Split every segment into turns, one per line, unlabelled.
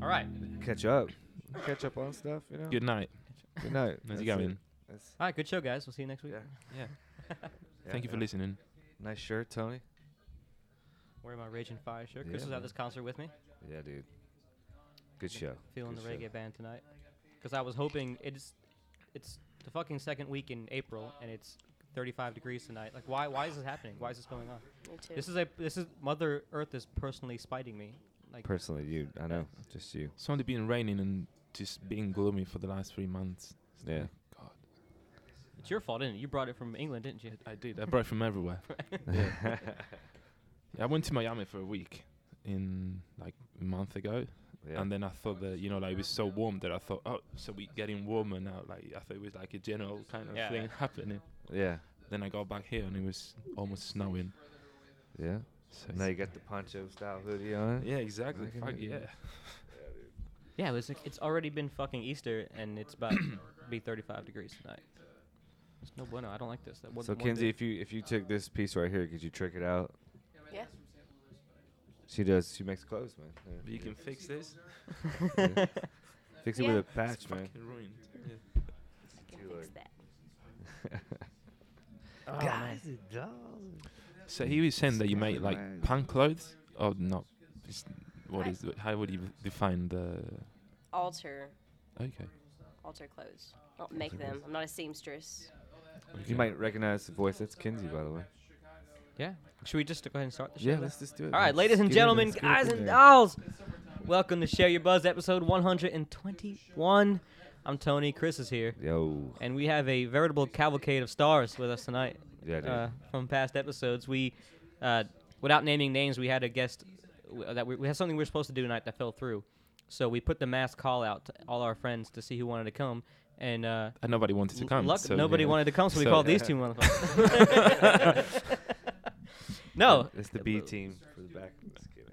right.
Catch up. Catch up on stuff, you know?
Good night.
Good night.
As you go
it.
in.
That's-
All right. Good show, guys. We'll see you next week.
Yeah.
Yeah.
yeah,
Thank you for
yeah.
listening.
Nice shirt, Tony.
Wearing my Raging Fire shirt. Chris was
Yeah,
at
man.
this concert with me.
Yeah, dude. Good show.
Feeling
Good
the
show.
reggae band tonight. Because I was hoping it's it's the fucking second week in April and it's 35 degrees tonight. Like why why is this happening? Why is this going on?
Me too.
This is a this is Mother Earth is personally spiting me. Like
Personally, you. I know. Just you.
It's only been raining and just being gloomy for the last three months. It's
Yeah.
like, God.
it's your fault, isn't it? You brought it from England, didn't you?
I did. I brought it from everywhere. yeah. I went to Miami for a week in like a month ago,
Yeah.
and then I thought that you know like it was so warm that I thought oh so we getting warmer now like I thought it was like a general kind of
Yeah.
thing happening.
yeah.
Then I got back here and it was almost snowing.
Yeah.
So
Now you got the poncho style hoodie on.
yeah, exactly.
Look at
Fuck
it.
yeah.
Yeah, it was like, it's already been fucking Easter and it's about to be 35 degrees tonight. It's no bueno. I don't like this. That
So Kenzie, if you if you took this piece right here, could you trick it out?
yeah.
She does. She makes clothes, man. Yeah.
But you can fix this.
Yeah. Fix it
Yeah.
with a patch,
it's
man.
fucking ruined. Yeah.
I can
Too
fix
late.
that.
Oh,
So he was saying that you make like
Smile.
punk clothes or not? It's, what
I-
is it- how would you define the?
Alter,
Okay.
alter clothes. Don't make them. I'm not a seamstress.
Okay.
You might recognize the voice. That's Kenzie, by the way.
yeah, should we just go ahead and start the show?
Yeah,
then?
let's just do it.
All right,
Let's
ladies and
get into
gentlemen,
this group
guys
in
and oh,
there.
dolls, welcome to Share Your Buzz, episode 121. I'm Tony. Chris is here,
Yo.
and we have a veritable cavalcade of stars with us tonight.
Yeah, dude.
Uh, from past episodes, we, uh, without naming names, we had a guest w- that we, we had something we were supposed to do tonight that fell through, so we put the mass call out to all our friends to see who wanted to come, and uh,
And nobody wanted to
L-
come.
luck-
so,
nobody
yeah.
wanted to come, so we
So-
called
uh,
these two motherfuckers. no, Uh,
It's the B team for the back. Just kidding.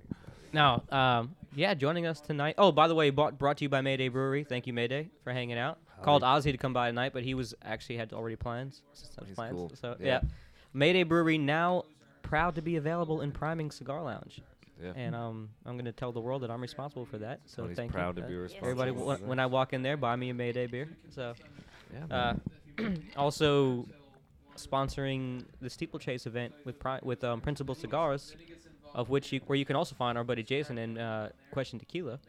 no. Um, yeah, joining us tonight. Oh, by the way, bought, brought to you by Mayday Brewery. Thank you, Mayday, for hanging out. Called Ozzy to come by tonight, but he was actually had already plans. such
He's
plans.
cool.
So yeah.
Yeah.
Mayday Brewery now proud to be available in Priming Cigar Lounge,
Yeah.
and um, I'm gonna tell the world that I'm responsible for that. So
Tony's
thank
proud
you.
to
Uh,
be
Yes,
responsible.
Everybody,
yes.
w- when I walk in there, buy me a Mayday beer. So.
yeah,
Uh,
man.
also sponsoring the steeplechase event with pri- with um, Principal Cigars, of which you, where you can also find our buddy Jason and uh, Question Tequila.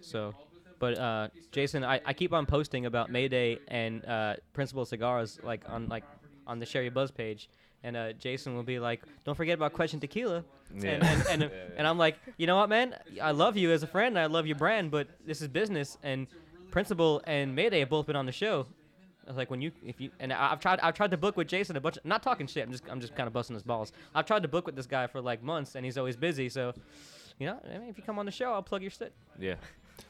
So, but uh, Jason, I, I keep on posting about Mayday and uh, Principal Cigars like on like on the Share Your Buzz page. And uh, Jason will be like, "Don't forget about Question Tequila," and
Yeah.
and and,
Yeah, yeah.
and I'm like, "You know what, man? I love you as a friend. and I love your brand, but this is business." And Principal and Mayday have both been on the show, I was like, when you, if you, and I, I've tried, I've tried to book with Jason a bunch. Not talking shit. I'm just, I'm just kind of busting his balls. I've tried to book with this guy for like months, and he's always busy. So, you know, I mean, if you come on the show, I'll plug your shit.
yeah.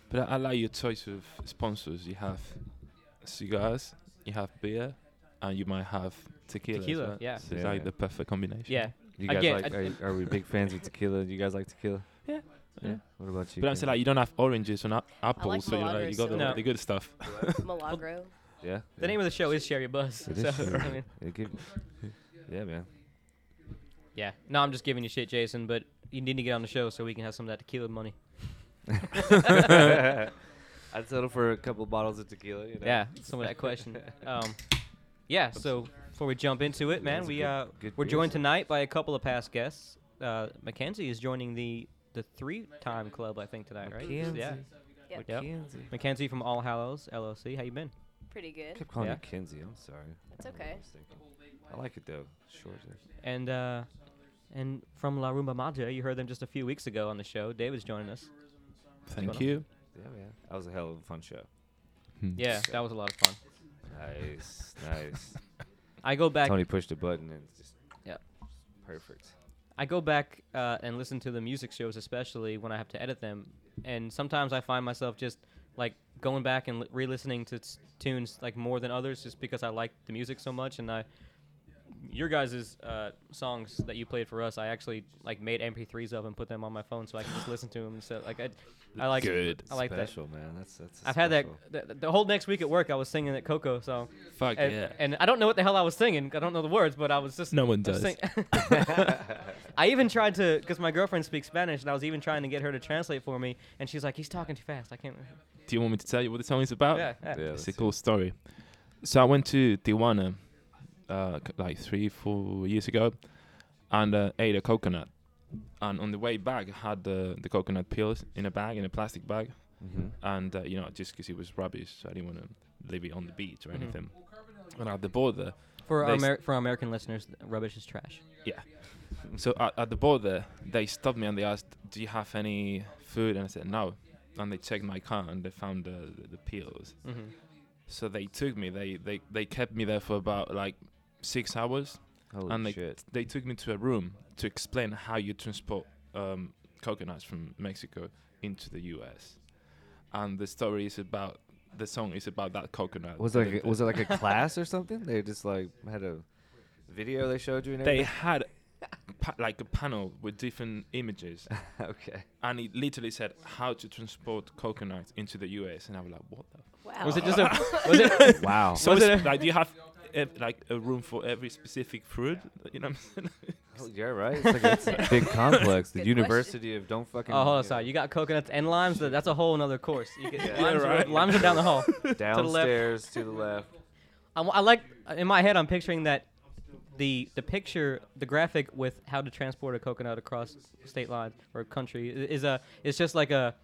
But I, I like your choice of sponsors. You have cigars, you have beer, and you might have tequila. as
Tequila,
well.
yeah.
So it's
Yeah.
like the perfect combination.
Yeah.
You guys
Again,
like?
I-
Are, you- are we big fans of tequila? Do you guys like tequila?
Yeah.
Yeah.
Yeah.
What about you?
But I'm
Kenzie?
saying like you don't have oranges and ap- apples,
like
so you know, like,
Malaga
you got the,
soda.
the good stuff.
Milagro.
yeah.
The name of the show is Share Your Buzz.
It
so,
is true.
I mean,
It could- yeah, man.
yeah. No, I'm just giving you shit, Jason. But you need to get on the show so we can have some of that tequila money.
I'd settle for a couple bottles of tequila. You know?
Yeah. Some of that question. Um, yeah. So before we jump into it,
Yeah,
man,
that's a
we
good-
uh,
good
we're
beer,
joined
so.
tonight by a couple of past guests. Uh, Mackenzie is joining the the three time club, I think tonight, right? Yeah.
Mackenzie.
Yep.
Yep. Mackenzie from All Hallows LLC. How you been?
Pretty
I
good.
kept calling
Yeah.
you Kenzie. I'm sorry.
It's
I don't know what
okay.
I was thinking. I like it though. Short.
And uh, and from La Rumba Maja, you heard them just a few weeks ago on the show. David's joining us.
Thank
going on?
you.
Yeah, man. That was a hell of a fun show.
Hmm.
Yeah, that was a lot of fun.
Nice, nice.
I go back.
Tony pushed a button and it's just
Yep.
perfect.
I go back uh, and listen to the music shows, especially when I have to edit them. And sometimes I find myself just like going back and li- re-listening to s- tunes like more than others, just because I like the music so much. And I, your guys' uh, songs that you played for us, I actually like made MP3s of and put them on my phone so I can just listen to them. So like I, I like
Good.
I like that.
special, man. That's that's. a
I've had that
special.
the, the whole next week at work. I was singing at Coco, so
Fuck
and,
yeah.
and I don't know what the hell I was singing. I don't know the words, but I was just
No one
I was
does.
sing- I even tried to, because my girlfriend speaks Spanish, and I was even trying to get her to translate for me, and she's like, "He's talking too fast. I can't."
Do you want me to tell you what the song is about?
Yeah, yeah.
Yeah,
It's a
that's
cool story. So I went to Tijuana uh, c- like three, four years ago, and uh, ate a coconut. And on the way back, I had the the coconut peels in a bag, in a plastic bag,
Mhm.
and uh, you know just 'cause it was rubbish, so I didn't want to leave it on the beach or
Mhm.
anything. And at the border,
For
They
our
s-
Amer- for our American listeners, rubbish is trash.
so at, at the border, they stopped me and they asked, "Do you have any food?" And I said, "No." And they checked my car and they found the the, the peels.
Mm-hmm.
So they took me. They they they kept me there for about like six hours.
Holy
and like
shit.
they took me to a room to explain how you transport um, coconuts from Mexico into the U.S. And the story is about the song is about that coconut.
Was
that
it like
they-
a, was it like a class or something? They just like had a video they showed you. And
they had pa- like a panel with different images,
everything? okay.
and it literally said how to transport coconuts into the U.S. And I was like, what the?
Wow.
Was it just a? Was it?
Wow.
So
Was
it's
it-
like, do you have ev- like a room for every specific fruit? You know, what I'm saying?
Oh, yeah, right. It's like a, it's a big complex. The
Good
University of Don't
Oh,
fucking.
hold on, sorry. You got coconuts and limes. tha- That's a whole another course. You could,
Yeah,
limes,
right.
are, limes are down the hall.
downstairs to the left.
I, wa- I like in my head. I'm picturing that the the picture, the graphic with how to transport a coconut across state lines or country i- is a it's just like a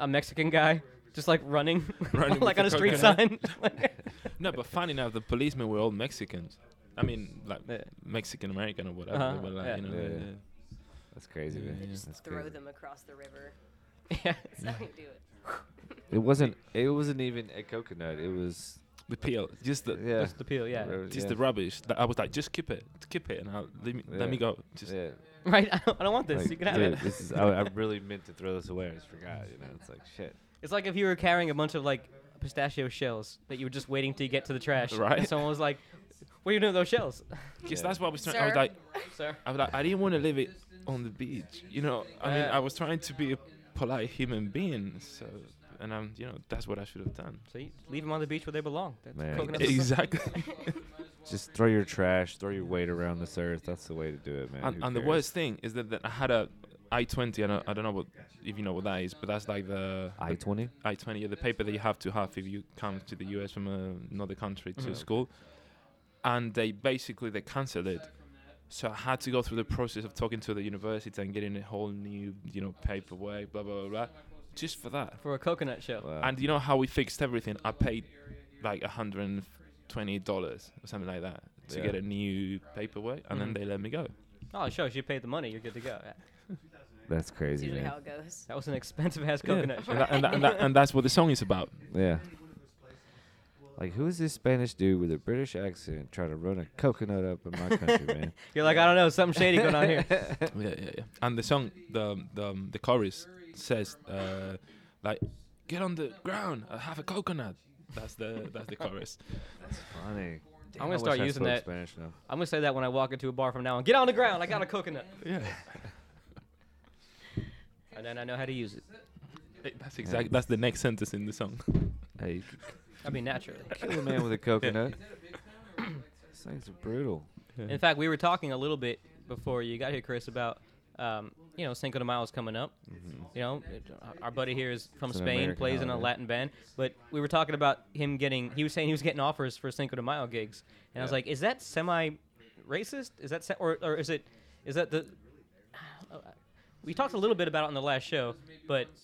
a Mexican guy just like running,
Running
like
with
on
the
a street sign.
coconut. no, but funny enough, the policemen were all Mexicans. I mean, like
Yeah.
Mexican American or whatever.
Uh-huh,
They were like,
yeah.
you know,
Yeah,
they-
yeah. That's crazy, man.
They just
That's
throw
crazy.
them across the river.
yeah.
That's how you do it.
It wasn't. It wasn't even a coconut. It was.
the peel, just the
Yeah.
Just the peel, yeah.
it was-
just
yeah.
the rubbish. That I was like, just keep it, keep it, and I'll, let me
Yeah.
let me go. Just
Yeah.
Right? I don't, I don't want this.
Like,
you can have
dude,
it.
This is, I, I really meant to throw this away. I just forgot. You know, it's like shit.
It's like if you were carrying a bunch of like pistachio shells that you were just waiting to get to the trash.
Right.
And someone was like, "What are you doing with those shells,
because
Yeah.
that's what I was trying. I was
Sir.
like,
sir?"
I was like, I didn't want to leave it on the beach. You know, I mean,
Yeah.
I was trying to be a polite human being. So, and I'm, you know, that's what I should have done.
So you leave them on the beach where they belong. That's
Man.
coconuts.
Exactly.
Just throw your trash. Throw your weight around this earth. That's the way to do it, man.
and,
Who
and the
cares?
worst thing is that, that I had a i20. I don't, I don't know what if you know what that is, but that's like the
I twenty.
I twenty, the paper that you have to have if you come to the US from uh, another country to
Mhm.
school, and they basically they cancelled it. So I had to go through the process of talking to the university and getting a whole new, you know, paperwork, blah blah blah, blah just for that.
For a coconut shell.
Wow.
And you know how we fixed everything? I paid like hundred and twenty dollars or something like that to
Yeah.
get a new paperwork, and then
Mhm.
they let me go.
Oh, it shows you paid the money. You're good to go. Yeah.
that's
That's
crazy,
usually
man.
how it goes.
That was an expensive ass
Yeah.
coconut shell.
And, that, and, that, and, that, and that's what the song is about.
Yeah. Like, who is this Spanish dude with a British accent trying to run a coconut up in my country, man?
You're like, I don't know, something shady going on here.
yeah, yeah, yeah. And the song, the the um, the chorus says, uh, like, get on the ground, I have a coconut. That's the that's the chorus.
Funny.
I'm gonna start using that.
Spanish now.
I'm gonna say that when I walk into a bar from now on. Get on the ground. I got a coconut.
Yeah,
And then I know how to use it.
that's exactly that's the next sentence in the song.
Hey, you
I mean, naturally.
could kill a man with a coconut. These things are brutal.
In fact, we were talking a little bit before you got here, Chris, about um, you know Cinco de Mayo is coming up. You know, it- our buddy here is from
Mm-hmm. It's an
Spain,
American
plays in a
holiday.
Latin band, but we were talking about him getting. He was saying he was getting offers for Cinco de Mayo gigs, and I was
Yeah.
like, is that semi racist? Is that se- or or is it is that the we talked a little bit about it on the last show, but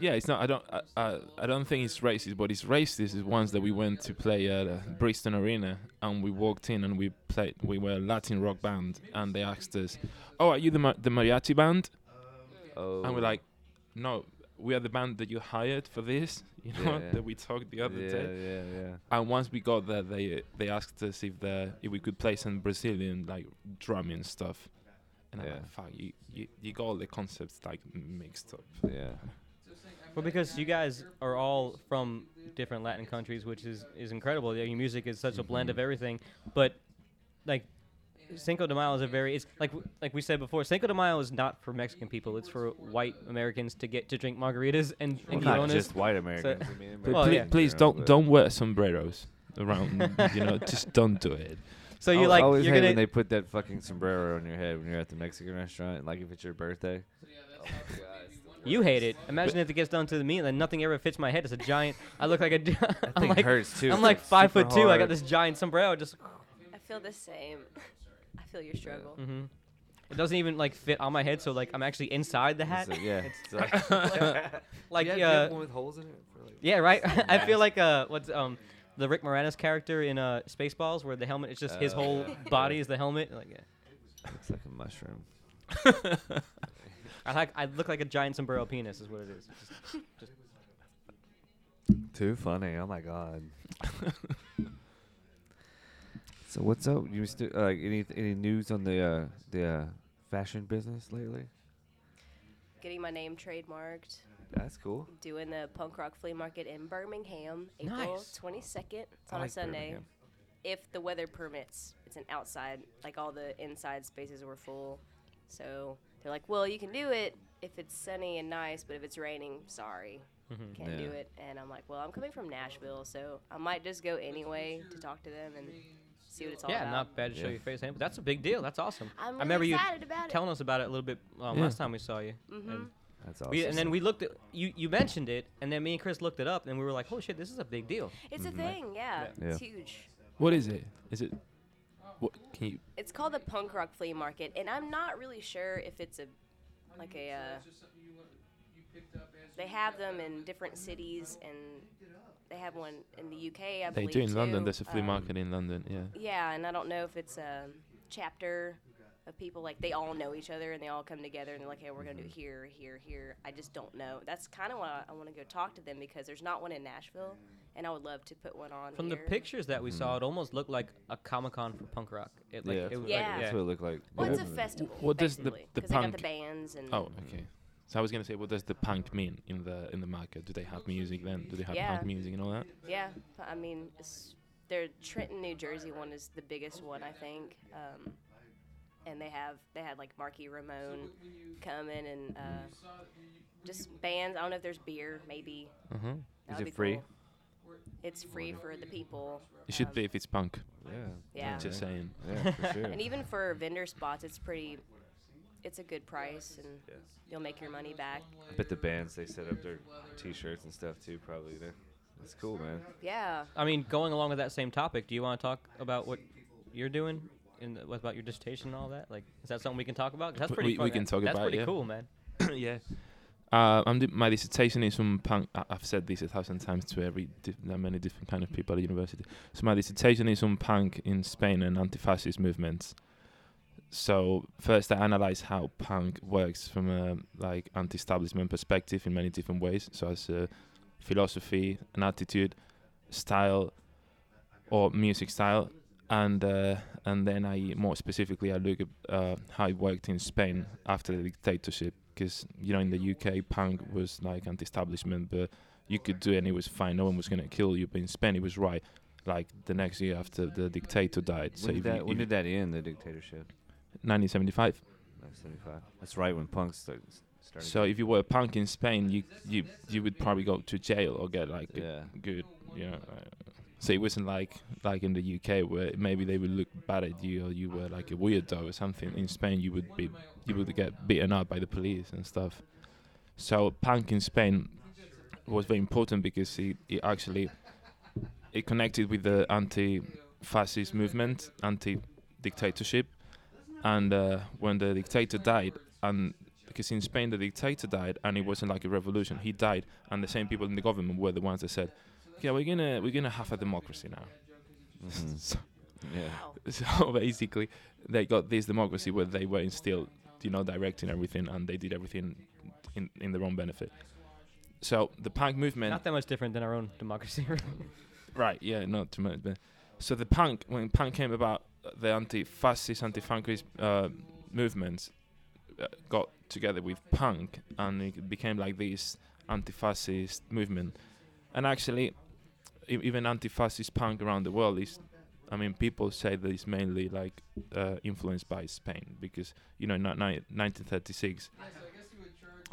Yeah, it's not. I don't. I, I, I don't think it's racist. What is racist is once that we went to play at uh, Bristol Arena and we walked in and we played. We were a Latin rock band and they asked us, "Oh, are you the ma- the mariachi band?"
Oh.
And we're like, "No, we are the band that you hired for this. You know
Yeah.
that we talked the other
yeah,
day."
yeah, yeah.
And once we got there, they they asked us if the if we could play some Brazilian like drumming stuff. And I'm
Yeah.
like, fuck, you, you you got all the concepts like mixed up.
Yeah.
well, because you guys are all from different Latin countries, which is is incredible. Your music is such a blend of everything, but like. Cinco de Mayo is a very it's like like we said before. Cinco de Mayo is not for Mexican people; it's for white Americans to get to drink margaritas and, and
Well, not
guidones.
just white Americans. I
Well,
mean,
please,
yeah.
Americans
please
are,
don't
but-
don't wear sombreros around. you know, just don't do it.
So
I
you're
al-
like
always
you're
hate
gonna
when they put that fucking sombrero on your head when you're at the Mexican restaurant, and like if it's your birthday.
you hate it. Imagine if it gets done to me and then nothing ever fits my head. It's a giant. I look like a. gi-
That
I'm
thing
like
hurts too.
I'm
It's,
like five
super
foot two. I got
hard.
this giant sombrero. Just
I feel the same. I feel your struggle.
hmm it doesn't even like fit on my head. So like I'm actually inside the hat.
It's like, yeah.
It's
It's like,
like
Do you have- do you
uh,
have one with holes in it. for, like-
Yeah, right. I feel like uh, what's um, the Rick Moranis character in uh, Spaceballs, where the helmet is just his
Oh,
whole
yeah.
body is the helmet. Like, yeah.
Looks like a mushroom.
I like I look like a giant sombrero penis is what it is. Just-
Too funny. Oh my god. so what's up? You still uh, any any news on the uh, the uh, fashion business lately?
Getting my name trademarked.
That's cool.
Doing the punk rock flea market in Birmingham, April
Nice.
22nd. It's
I
on
like
a Sunday.
Birmingham.
If the weather permits, it's an outside. Like all the inside spaces were full, so they're like, "Well, you can do it if it's sunny and nice, but if it's raining, sorry,
Mm-hmm.
can't do
Yeah.
it." And I'm like, "Well, I'm coming from Nashville, so I might just go anyway to talk to them and see what it's all
yeah,
about."
not bad to show
Yeah.
your face, hand, but that's a big deal. That's awesome.
I'm really
I remember you
excited about it.
telling us about it a little bit um,
Yeah.
last time we saw you.
mm-hmm.
And,
That's awesome.
we, and then we looked at you. You mentioned it, and then me and Chris looked it up, and we were like, "Holy shit, this is a big deal."
It's a thing, yeah.
Yeah.
It's huge.
What is it? Is it? What can you?
It's called the punk rock flea market, and I'm not really sure if it's a like a. Uh, they have them in different cities, and they have one in the UK. I
They
believe
do in London.
too.
There's a flea
Um,
market in London. Yeah.
Yeah, and I don't know if it's a chapter of people like they all know each other and they all come together and they're like, hey, we're gonna do it
Mm-hmm.
here, here, here. I just don't know. That's kind of why I want to go talk to them because there's not one in Nashville, and I would love to put one on.
From the
here.
pictures that we saw, it almost looked like a comic con for punk rock. It, like,
yeah,
it
that's,
was
what,
like-
Yeah.
that's what it looked like.
Well, it's a
Yeah.
festival.
what does the-
basically,
the
'cause they got
punk-
the bands and
Oh, okay. So I was gonna say, what does the punk mean in the in the market? Do they have music then? Do they have
Yeah.
punk music and all that?
yeah. but I mean, it's, their Trenton, New Jersey one is the biggest one, I think. Um, and they have they had like Marky Ramone come in and uh, just bands. I don't know if there's beer, maybe.
Uh-huh.
That
Is
would
it
be
free?
cool. It's free for the people.
It should
Um,
be if it's punk.
Yeah.
Yeah.
Just saying.
Yeah, for sure.
And even for vendor spots, it's pretty. It's a good price, and you'll make your money back.
I bet the bands they set up their T-shirts and stuff too. Probably. you know? That's cool, man.
Yeah.
I mean, going along with that same topic, do you want to talk about what you're doing and the- what about your dissertation and all that? Like, is that something we can talk about? 'Cause that's
We-
pretty.
we-
fun.
we can
That-
talk
that's
about it,
pretty
yeah.
cool, man.
yeah. Uh, I'm do- my dissertation is on punk. I- I've said this a thousand times to every di- that many different kind of people at university. So my dissertation is on punk in Spain and anti-fascist movements. So first, I analyze how punk works from a like anti-establishment perspective in many different ways, so as a philosophy, an attitude, style, or music style, and uh, and then I more specifically I look at uh, how it worked in Spain after the dictatorship, because you know in the UK punk was like anti-establishment, but you could do it and it was fine. No one was gonna kill you. But in Spain it was right. Like the next year after the dictator died, so
when
if
did, that,
you,
when did
if-
that end? The dictatorship.
1975.
1975. That's right when punks start, started.
So if you were a punk in Spain, you you you would probably go to jail or get like a
yeah.
good, you know. uh, So it wasn't like like in the UK where maybe they would look bad at you or you were like a weirdo or something. In Spain, you would be you would get beaten up by the police and stuff. So punk in Spain was very important because it, it actually it connected with the anti-fascist movement, anti-dictatorship, and uh, when the dictator died, and because in Spain the dictator died, and it wasn't like a revolution, he died, and the same people in the government were the ones that said, "Okay, we're gonna we're gonna have a democracy now."
Mhm.
so,
Yeah.
Wow.
so basically, they got this democracy where they were instilled, you know, directing everything, and they did everything in in their own benefit. So the punk movement
Not that much different than our own democracy.
Right, yeah, not too much. But so the punk, when punk came about, uh, the anti-fascist, anti-funkist uh, movements uh, got together with punk, and it became like this anti-fascist movement. And actually, e- even anti-fascist punk around the world is, I mean, people say that it's mainly like uh, influenced by Spain because you know, not ni- 1936.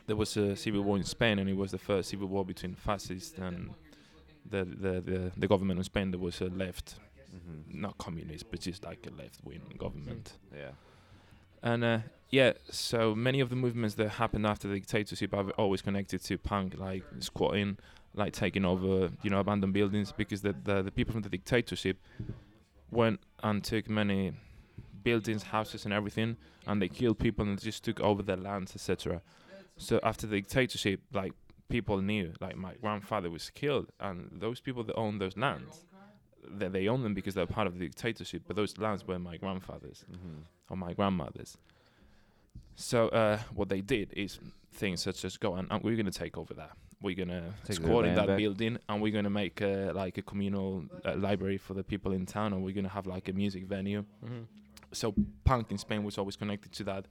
There was a civil war in Spain, and it was the first civil war between fascists and the the, the, the government in Spain that was a left
Mhm.
not communist, but just like a left wing government.
Yeah. Mm-hmm.
And uh, yeah, so many of the movements that happened after the dictatorship are always connected to punk, like squatting, like taking over, you know, abandoned buildings, because the the, the people from the dictatorship went and took many buildings, houses, and everything, and they killed people and just took over their lands, etc. So after the dictatorship, like people knew, like my grandfather was killed, and those people that owned those lands, that they owned them because they're part of the dictatorship, but those lands were my grandfather's
Mhm.
or my grandmother's. So uh, what they did is things such as go and uh, we're gonna take over that. We're gonna
Take their
squat in
land
that
back.
building, and we're gonna make uh like a communal uh, library for the people in town, and we're gonna have like a music venue.
Mm-hmm.
So punk in Spain was always connected to that,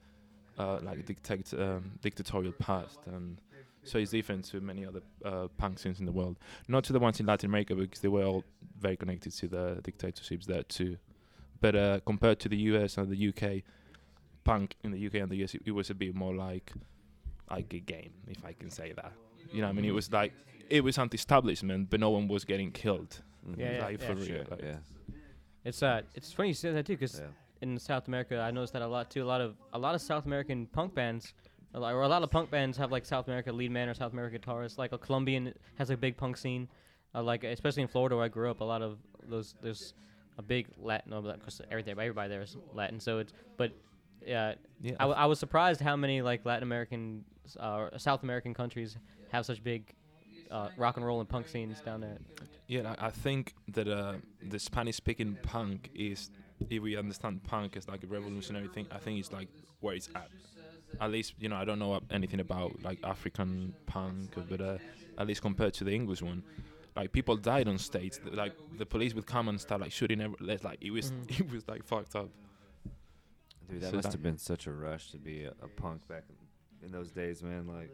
uh, like dictate, um, dictatorial past, and so it's different to many other uh, punk scenes in the world. Not to the ones in Latin America because they were all very connected to the dictatorships there too. But uh, compared to the US and the UK, punk in the UK and the US, it, it was a bit more like like a game, if I can say that. You know, what I mean, it was like it was anti-establishment, but no one was getting killed.
Mhm.
Yeah,
like for real.
Sure.
like-
Yeah.
It's uh, it's funny you say that too, because
Yeah.
in South America, I noticed that a lot too. A lot of a lot of South American punk bands, a lot- or a lot of punk bands have like South America lead man or South America guitarist. Like a Colombian has a big punk scene, uh, like especially in Florida where I grew up. A lot of those there's a big Latin. No, because everything everybody there is Latin. So it's but yeah,
Yeah,
I, w- I was surprised how many like Latin American s- uh, or South American countries have such big uh, rock and roll and punk scenes down there.
Yeah, I I think that uh, the Spanish-speaking punk is, if we understand punk as like a revolutionary thing, I think it's like where it's at. At least, you know, I don't know ab- anything about like African punk, but uh, at least compared to the English one, like people died on stage. th- Like the police would come and start like shooting. Every, like like, it was,
Mhm.
it was like fucked up.
Dude, that
So
must
that-
have been such a rush to be a, a punk back in, in those days, man. Like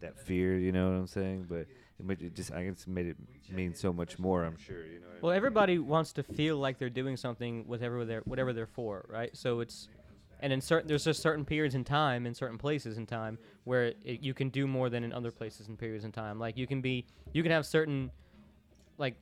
that fear, you know what I'm saying? But it, made it just, I guess, made it mean so much more. I'm sure, you know. what I
Well,
mean?
everybody wants to feel like they're doing something with whatever they're whatever they're for, right? So it's and in certain there's just certain periods in time in certain places in time where it, you can do more than in other places and periods in time. Like you can be you can have certain like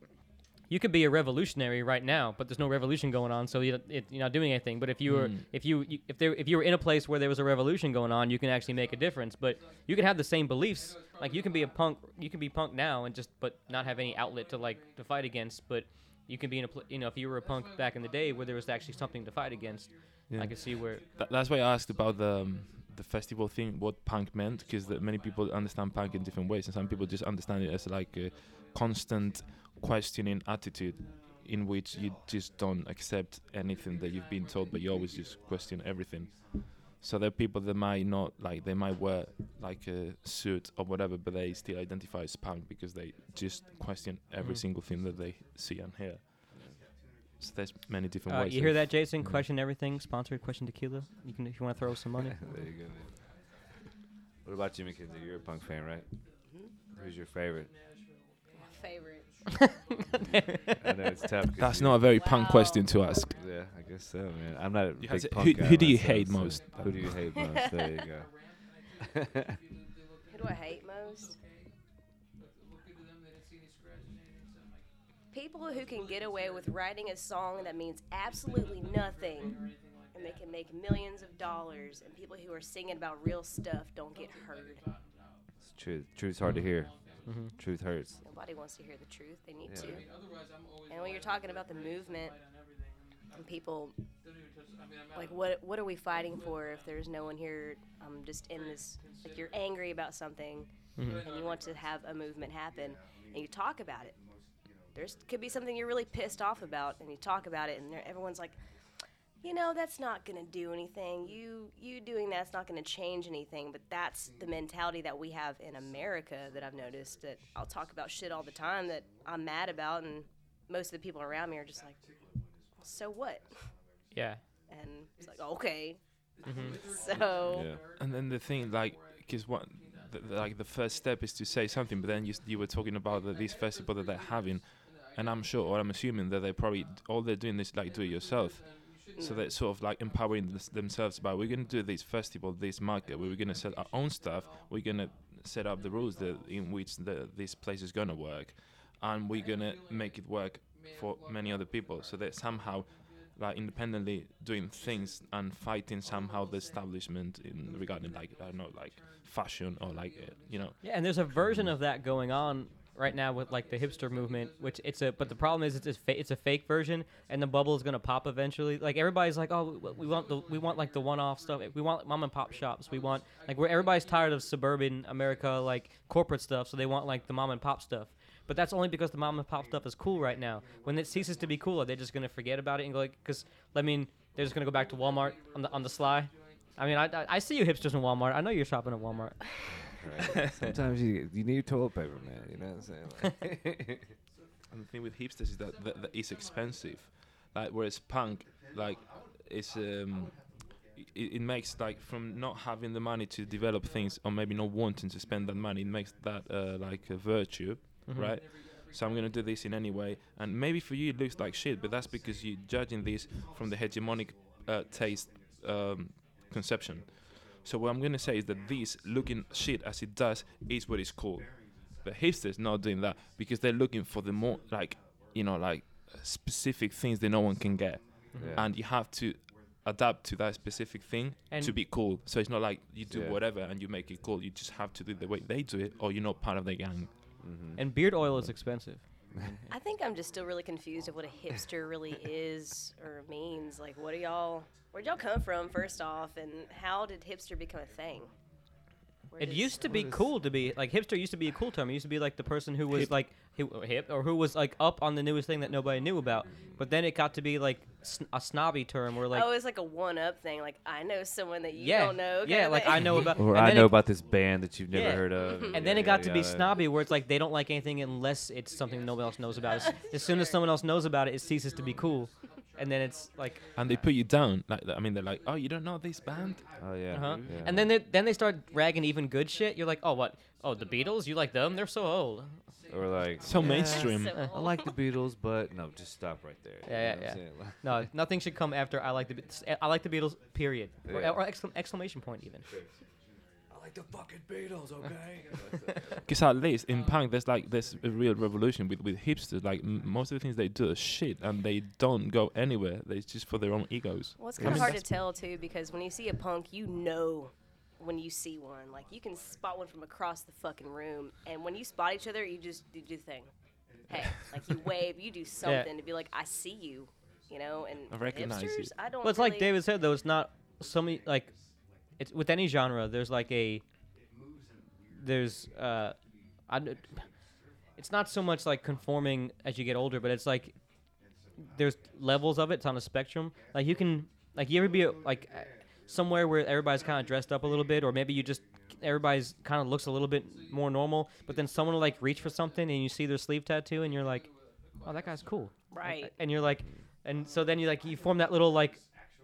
you could be a revolutionary right now, but there's no revolution going on, so you, it, you're not doing anything. But if you were
Mm.
if you, you if there if you were in a place where there was a revolution going on, you can actually make a difference. But you can have the same beliefs. Like you can be a punk, you can be punk now and just but not have any outlet to like to fight against. But you can be in a pl- you know if you were a punk back in the day where there was actually something to fight against,
Yeah.
I could see where
Tha- that's why I asked about the um, the festival thing, what punk meant, because many people understand punk in different ways, and some people just understand it as like a constant questioning attitude in which you just don't accept anything that you've been told, but you always just question everything. So there are people that might not like they might wear like a suit or whatever, but they still identify as punk because they just question every
Mhm.
single thing that they see and hear. So there's many different
uh,
ways.
you hear
of-
that Jason
Mhm.
question everything sponsored question tequila. You can if you want to throw some money.
there you go, man. What about you, McKenzie? You're a punk fan, right?
Mm-hmm.
Who's your favorite?
My favorite.
I know it's tough. 'cause
That's
you-
not a very punk
Wow.
question to ask.
Yeah, I guess so, man. I'm not a
You
big
had to-
punk
who-
guy
who do you
myself,
hate
so-
most?
Who do you hate most? There you go.
Who do I hate most? People who can get away with writing a song that means absolutely nothing and they can make millions of dollars, and people who are singing about real stuff don't get heard.
It's truth. Truth's hard to hear.
Mhm.
Truth hurts.
Nobody wants to hear the truth, they need
Yeah.
to. And when you're talking about the movement, and people like what what are we fighting for if there's no one here um, just in this like you're angry about something and you want to have a movement happen and you talk about it there's could be something you're really pissed off about and you talk about it and there- everyone's like you know that's not going to do anything you you doing that's not going to change anything but that's the mentality that we have in america that i've noticed that i'll talk about shit all the time that i'm mad about and most of the people around me are just like so what
Yeah. Mm-hmm.
and it's like okay so
Yeah.
And then the thing, like, because what, the, the- like the first step is to say something, but then you s- you were talking about that this festival that they're having, and I'm sure, or I'm assuming that they probably d- all they're doing is like do it yourself. So they're sort of like empowering th- themselves by we're gonna do this festival, this market, where we're gonna sell our own stuff, we're gonna set up the rules that in which the, this place is gonna work, and we're gonna make it work for many other people. So they're somehow like independently doing things and fighting somehow the establishment in regarding like I don't know like fashion or like uh, you know
Yeah, and there's a version of that going on right now with like the hipster movement, which it's a. But the problem is it's a fa- it's a fake version, and the bubble is gonna pop eventually. Like everybody's like, oh, we- we want the we want like the one-off stuff. We want mom and pop shops. We want like where everybody's tired of suburban America like corporate stuff, so they want like the mom and pop stuff. But that's only because the mom and pop stuff is cool right now. When it ceases to be cool, are they just gonna forget about it and go like, because I mean, they're just gonna go back to Walmart on the on the sly. I mean, I, I, I see you hipsters in Walmart. I know you're shopping at Walmart.
Right. Sometimes you you need toilet paper, man. You know what I'm saying? Like,
And the thing with hipsters is that, that, that it's expensive. Like whereas punk, like, it's um, it, it makes like from not having the money to develop things or maybe not wanting to spend that money, it makes that uh, like a virtue, right? So I'm gonna do this in any way, and maybe for you it looks like shit, but that's because you're judging this from the hegemonic uh, taste um, conception. So what I'm gonna say is that this looking shit as it does is what is cool. But hipsters not doing that because they're looking for the more like you know like specific things that no one can get,
yeah.
and you have to adapt to that specific thing
And-
to be cool. So it's not like you do
Yeah.
whatever and you make it cool. You just have to do it the way they do it, or you're not part of the gang.
And beard oil is expensive.
I think I'm just still really confused of what a hipster really is or means. Like, what do y'all? Where'd y'all come from, first off, and how did hipster become a thing? Where
It
does-
used to be cool to be like hipster used to be a cool term. It used to be like the person who was like who, or hip or who was like up on the newest thing that nobody knew about. But then it got to be like sn- a snobby term where like
oh, it's like a one-up thing. Like I know someone that you
yeah
don't know.
yeah
kinda
like
thing.
I know about
Or
and
I
then
know
it-
about this band that you've never
Yeah.
heard of.
And then it got to be snobby where it's like they don't like anything unless it's something nobody else knows about. As, as soon as someone else knows about it, it ceases to be cool. And then it's like
And they put you down. Like I mean, they're like, oh, you don't know this band?
Oh yeah.
Uh-huh.
yeah.
And then they then they start ragging even good shit. You're like, "Oh, what? Oh, the Beatles? You like them? They're so old."
or like
So
yeah,
mainstream.
So
I like the Beatles, but no, just stop right there.
Yeah,
You
yeah,
know
yeah.
what I'm saying?
No, nothing should come after I like the Be- I like the Beatles. Period. Or,
Yeah.
or exclam- exclamation point even.
I like the fucking Beatles, okay?
Because at least in punk, there's like there's a real revolution with with hipsters. Like m- most of the things they do are shit, and they don't go anywhere. They- It's just for their own egos.
Well, it's
I
kind of
mean,
hard to
that's-
tell too because when you see a punk, you know when you see one. Like you can spot one from across the fucking room, and when you spot each other, you just you do the thing. Hey, like you wave, you do something to be like, I see you, you know. And
I recognize you.
hipsters, I don't.
Well, it's like
really-
David said though. It's not so many like it's with any genre. There's like a there's uh, I, d- it's not so much like conforming as you get older, but it's like there's levels of it. It's on a spectrum. Like you can like you ever be like uh, somewhere where everybody's kind of dressed up a little bit, or maybe you just everybody's kind of looks a little bit more normal, but then someone will like reach for something and you see their sleeve tattoo and you're like, oh, that guy's cool.
Right.
And, and you're like, and so then you like you form that little like,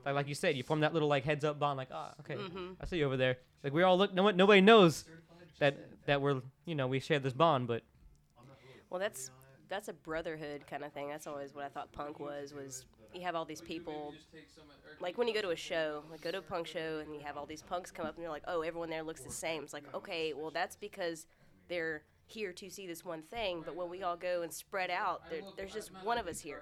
like, like you said, you form that little like heads up bond. Like, ah, okay, I see you over there. Like we all look. No one, nobody knows that that we're you know we share this bond, but
Well, that's that's a brotherhood kind of thing. That's always what I thought punk was. Was you have all these people, like when you go to a show, like go to a punk show, and you have all these punks come up, and you're like, oh, everyone there looks the same. It's like, okay, well, that's because they're here to see this one thing. But when we all go and spread out, there, there's just one of us here.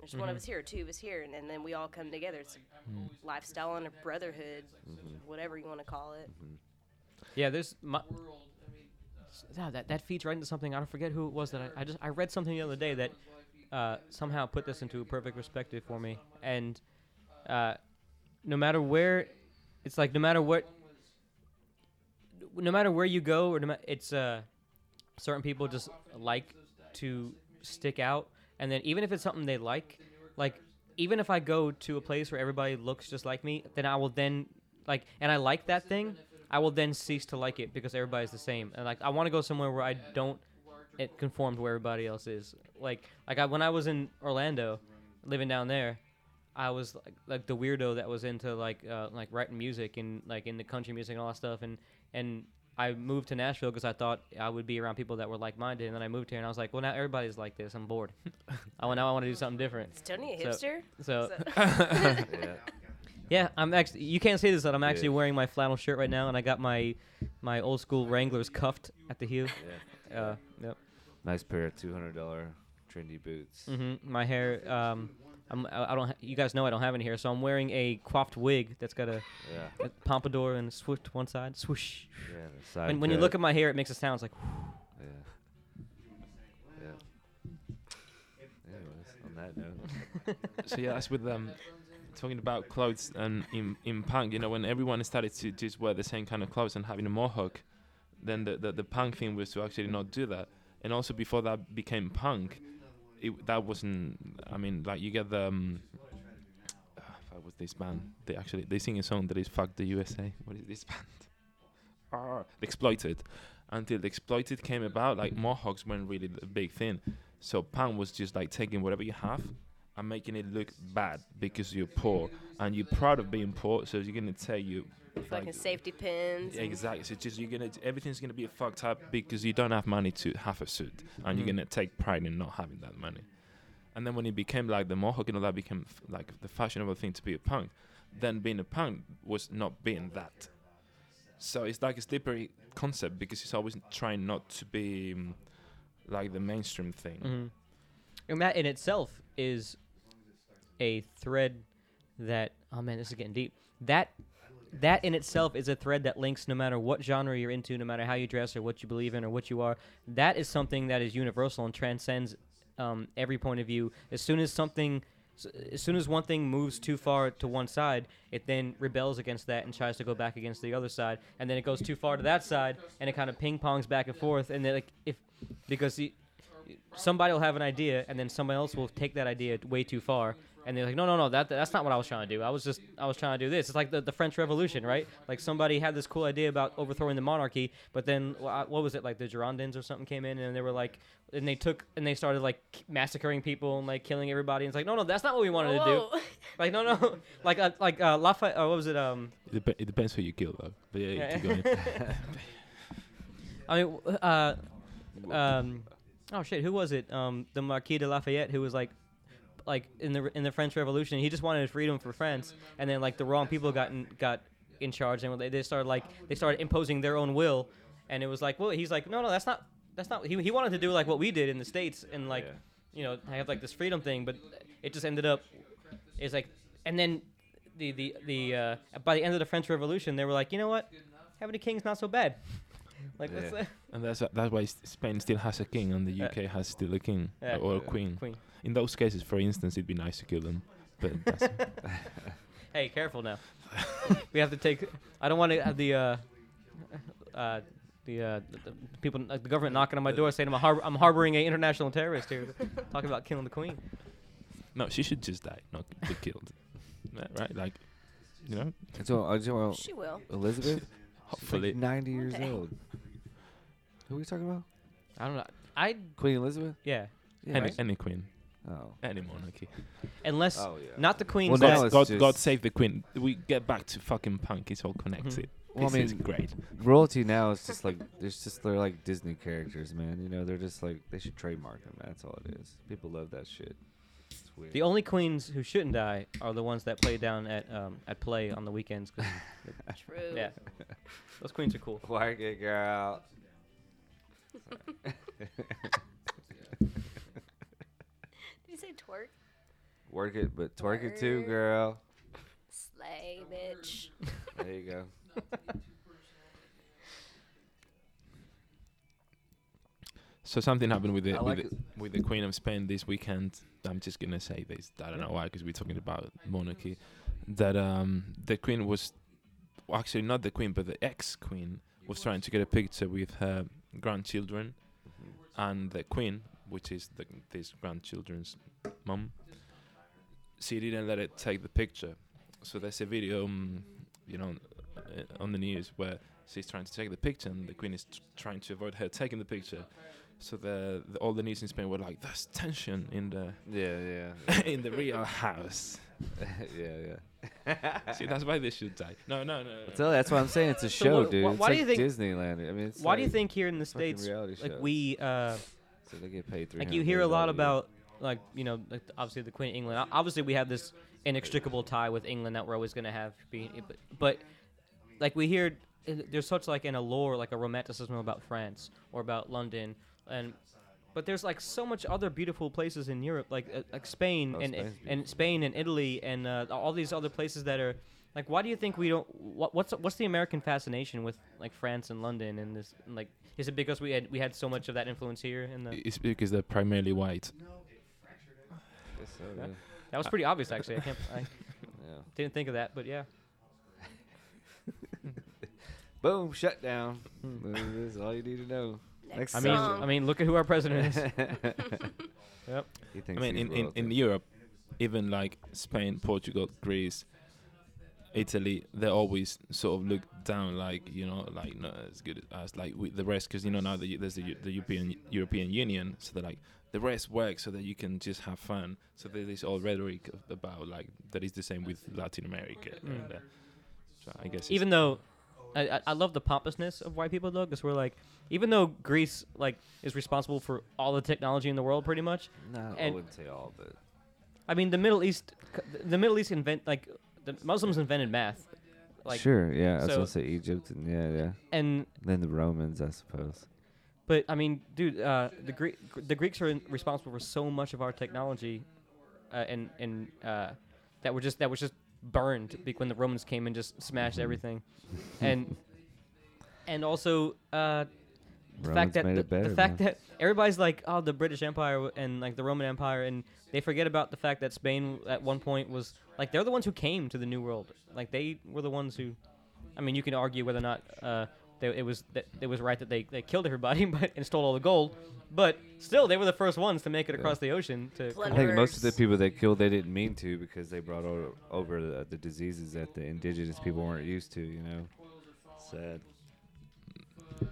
There's one
Mm-hmm.
of us here, two of us here, and, and then we all come together. It's a lifestyle and a brotherhood,
Mm-hmm.
whatever you want to call it.
yeah, there's my. Yeah, that, that feeds right into something. I don't forget who it was that I, I just I read something the other day that uh, somehow put this into a perfect perspective for me. And uh, no matter where, it's like no matter what, no matter where you go, or no ma- it's uh, certain people just like to stick out. And then even if it's something they like, like even if I go to a place where everybody looks just like me, then I will then like, and I like that thing, I will then cease to like it because everybody's the same. And like, I want to go somewhere where I don't it conformed where everybody else is. Like like I, when I was in Orlando, living down there, I was like, like the weirdo that was into like uh, like writing music and like in the country music and all that stuff. And and I moved to Nashville because I thought I would be around people that were like minded. And then I moved here and I was like, well now everybody's like this. I'm bored. I want now I want to do something different.
Tony,
So- uh,
a hipster?
So
So-
yeah.
yeah, I'm actually you can't say this that I'm actually
Yeah.
wearing my flannel shirt right now and I got my my old school Wranglers cuffed at the heel.
yeah.
Uh, yep.
Nice pair of two hundred dollar trendy boots.
hmm My hair, um, I'm, I I don't. Ha- you guys know I don't have any hair, so I'm wearing a coiffed wig that's got a,
Yeah,
a pompadour and swooped one side. Swoosh.
yeah. The side
When, when you
cut,
look at my hair, it makes a sound. It's like
yeah, yeah. Anyways, on that note,
so yeah, that's with um, talking about clothes and in, in punk. You know, when everyone started to just wear the same kind of clothes and having a mohawk, then the, the, the punk thing was to actually not do that. And also before that became punk, it, that wasn't. I mean, like you get the. Um, uh, fuck, what's this band? They actually they sing a song that is "Fuck the USA." What is this band? Ah, the Exploited. Until the Exploited came about, like mohawks weren't really the big thing. So punk was just like taking whatever you have and making it look bad because you're poor and you're proud of being poor. So you're gonna tell you
Fucking safety pins.
yeah,
and-
exactly. So just you're gonna everything's gonna be fucked up because you don't have money to have a suit, and you're
Mm.
gonna take pride in not having that money. And then when it became like the mohawk and all that became f- like the fashionable thing to be a punk, then being a punk was not being that. So it's like a slippery concept because it's always trying not to be mm, like the mainstream thing.
Mhm. And that in itself is a thread that oh man, this is getting deep. That that in itself is a thread that links no matter what genre you're into, no matter how you dress or what you believe in or what you are. That is something that is universal and transcends um, every point of view. As soon as something, s- as soon as one thing moves too far to one side, it then rebels against that and tries to go back against the other side, and then it goes too far to that side, and it kind of ping pongs back and forth. And then like if because the somebody will have an idea and then somebody else will take that idea way too far and they're like no no no that that's not what i was trying to do i was just i was trying to do this it's like the, the french revolution right like somebody had this cool idea about overthrowing the monarchy but then wha- what was it like the girondins or something came in and they were like and they took and they started like massacring people and like killing everybody and it's like no no that's not what we wanted to do
Whoa.
like no no like uh, like uh, lafayette uh, what was it um
It, dep- it depends who you kill though. But yeah, yeah.
Yeah.
keep going.
I mean, w- uh, um, oh shit, who was it? Um, the Marquis de Lafayette, who was like, like in the in the French Revolution, he just wanted freedom for France, and then like the wrong people got in, got in charge, and they, they started like they started imposing their own will, and it was like, well, he's like, no, no, that's not that's not he he wanted to do like what we did in the states and like
Yeah.
you know have like this freedom thing, but it just ended up it's like and then the the the uh, by the end of the French Revolution, they were like, you know what, having a king's not so bad. like let's
Yeah.
and that's that's why S- Spain still has a king and the
Uh,
UK has still a king
yeah.
or a
Yeah.
queen.
Queen.
In those cases, for instance, it'd be nice to kill them. But that's,
hey, careful now. we have to take. I don't want to have the. Uh, uh, the, uh, the, the people, uh, the government knocking on my door saying I'm, a har- I'm harboring an international terrorist here, talking about killing the queen.
no, she should just die, not be killed. Yeah, right? Like, you know,
and so I just want
She will.
Elizabeth. She's
hopefully.
like 90 years
Okay.
old. Who are we talking about?
I don't know. I
Queen Elizabeth?
yeah.
Yeah.
any,
right?
any queen,
Oh.
any monarchy.
Unless
Oh yeah.
not the queen.
Well,
but
now
God,
it's
God,
just- Mm-hmm.
God save the queen. We get back to fucking punk. It's all connected.
Well, I
this is
mean-
great.
royalty now is just like there's just they're like Disney characters, man. You know, they're just like they should trademark them. That's all it is. People love that shit. It's weird.
the only queens who shouldn't die are the ones that play down at um, at play on the weekends. 'cause-
True.
yeah, those queens are cool.
Work it, girl.
Did you say twerk?
Work it, but twerk it too, girl.
Slay, bitch.
There you go.
So something happened with the,
I
with,
like
the with the Queen of Spain this weekend. I'm just gonna say this. I don't know why, because we're talking about monarchy. That um, the Queen was well, actually not the Queen, but the ex-Queen was trying to get a picture with her grandchildren, and the Queen, which is the, these grandchildren's mum, she didn't let it take the picture. So there's a video, um, you know, uh, on the news where she's trying to take the picture, and the Queen is t- trying to avoid her taking the picture. So the, the all the news in Spain were like, "There's tension in the
Yeah, yeah,
in the real house."
yeah, yeah.
See, that's why they should die. No, no, no. no.
So that's what I'm saying. It's a
So
show,
what-
dude.
wh-
it's
why do
like
you think-
Disneyland? I mean, it's
Why do you
like
think here in the
fucking
states,
reality
like
show.
we uh,
So they get paid
like you hear a lot
$300 year.
about like you know like obviously the queen of england O- obviously we have this inextricable tie with england that we're always going to have being but, but like we hear uh, there's such like an allure like a romanticism about france or about london and But there's like so much other beautiful places in Europe, like uh, like Spain
Oh,
and
Spain's
and
beautiful.
Spain and Italy and uh, all these other places that are like. Why do you think we don't? What, what's what's the American fascination with like France and London and this? And like, is it because we had we had so much of that influence here? And the,
It's because they're primarily white.
Guess so,
Yeah.
yeah.
that was pretty obvious, actually. I can't. I
Yeah.
didn't think of that, but yeah.
Boom, shut down. That's all you need to know. Next
I mean,
song.
I mean, look at who our president is. Yep.
yep. He
I
thinks
mean,
he's
in, in,
royalty.
in Europe, even like Spain, Portugal, Greece, Italy, they're always sort of looked down, like you know, like not as good as like with the rest, because you know now that you- there's the, Eu- the European European Union, so they're like the rest works so that you can just have fun. So there's this all rhetoric of- about like that is the same with Latin America.
Mm.
And, uh, so I guess it's-
even though I, I- I love the pompousness of white people though, because we're like, even though Greece like is responsible for all the technology in the world, pretty much.
No, I
and-
wouldn't say all, but
I mean, the Middle East, c- the Middle East invent like the Muslims invented math, like
sure, yeah. I was
so-
gonna say Egypt, and yeah, yeah.
and
Then the Romans, I suppose.
but I mean, dude, uh, the Greek the Greeks are in, responsible for so much of our technology, uh, and and uh, that were just that was just burned be- when the Romans came and just smashed everything, and and also. Uh, the
Romans
fact that
made
the,
it better.
the fact
man.
that everybody's like, oh, the British Empire w- and like the Roman Empire, and they forget about the fact that Spain at one point was like they're the ones who came to the New World. Like they were the ones who, I mean, you can argue whether or not uh, they, it was that it was right that they, they killed everybody but, and stole all the gold, but still they were the first ones to make it across the ocean to.
I
Plunder-
think most of the
Numbers.
people they killed, they didn't mean to because they brought o- over the, the diseases that the indigenous people weren't used to. You know, sad.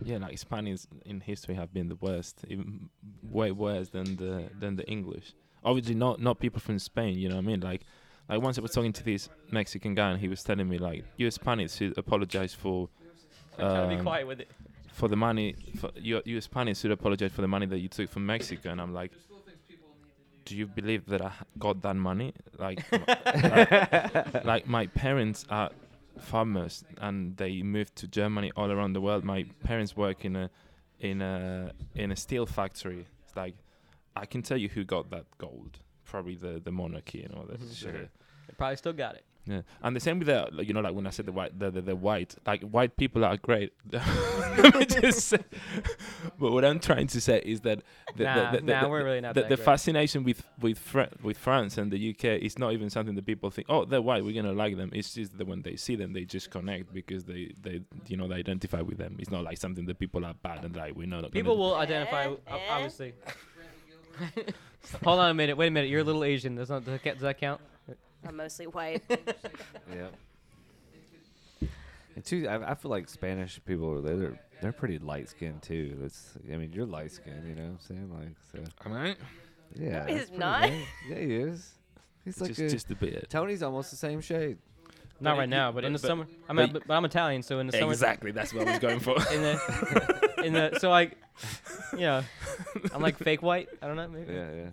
yeah, like Spaniards in history have been the worst, even way worse than the than the English. Obviously, not not people from Spain. You know what I mean? Like, like once I was talking to this Mexican guy, and he was telling me like, you Spaniards should apologize for
I'm trying to be
um,
quiet with it.
for the money. For, you you Spaniards should apologize for the money that you took from Mexico. And I'm like, do you believe that I ha- got that money? Like, like, like my parents are farmers and they moved to Germany all around the world. My parents work in a in a in a steel factory. It's like I can tell you who got that gold. Probably the the monarchy and all that.
Mhm.
Sure.
They probably still got it.
Yeah. And the same with the like, you know like when I said the white the the, the white like white people are great. Let me just say- but what I'm trying to say is that the,
nah,
the, the,
nah,
the-
we're really not
the,
that
the
great.
fascination with with Fra- with France and the UK is not even something that people think. Oh, they're white. We're gonna like them. It's just that when they see them, they just connect because they they you know they identify with them. It's not like something that people are bad and like we're not.
People
gonna
will identify,
Eh,
o-
eh.
obviously. Hold on a minute. Wait a minute. You're a little Asian. Does, not, does that ca- does that count?
I'm mostly white.
Yeah. And too, I, I feel like Spanish people are they're they're pretty light skinned too. That's I mean you're light skinned, you know what I'm saying? Like so,
All right.
yeah.
he's
that's pretty
not.
light. Yeah, he is. He's like
just
a,
just a bit.
Tony's almost the same shade.
Not
But
right
if
now,
you-
but in the
but- but-
summer. I
but
mean, but, but I'm Italian, so in the summer.
Exactly. That's what I was going for.
In the, in the, so like, you know, I'm like fake white. I don't know. Maybe.
Yeah, yeah.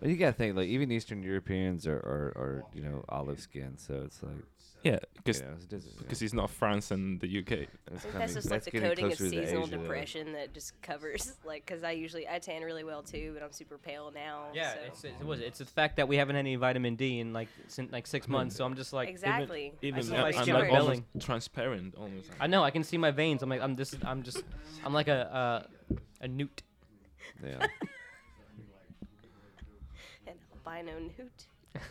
But you gotta think like even Eastern Europeans are are, are you know olive skinned, so it's like
yeah, because
you know, it's different, yeah.
because it's not France and the UK.
I
It's
think
coming-
that's just like the
getting
coating of
closer to the
seasonal
Asia, though.
depression that just covers, like, because I usually I tan really well too, but I'm super pale now.
Yeah,
so-
it's, it's, what is it? it's the fact that we haven't had any vitamin D in like since like
Hmm.
six months, so I'm just like.
exactly.
Even
see
now,
my
I'm
I'm
skin like
like
right now. almost
almost transparent, almost.
I know I can see my veins. I'm like I'm just I'm just I'm like a uh, a newt. uh,
Yeah.
an albino newt.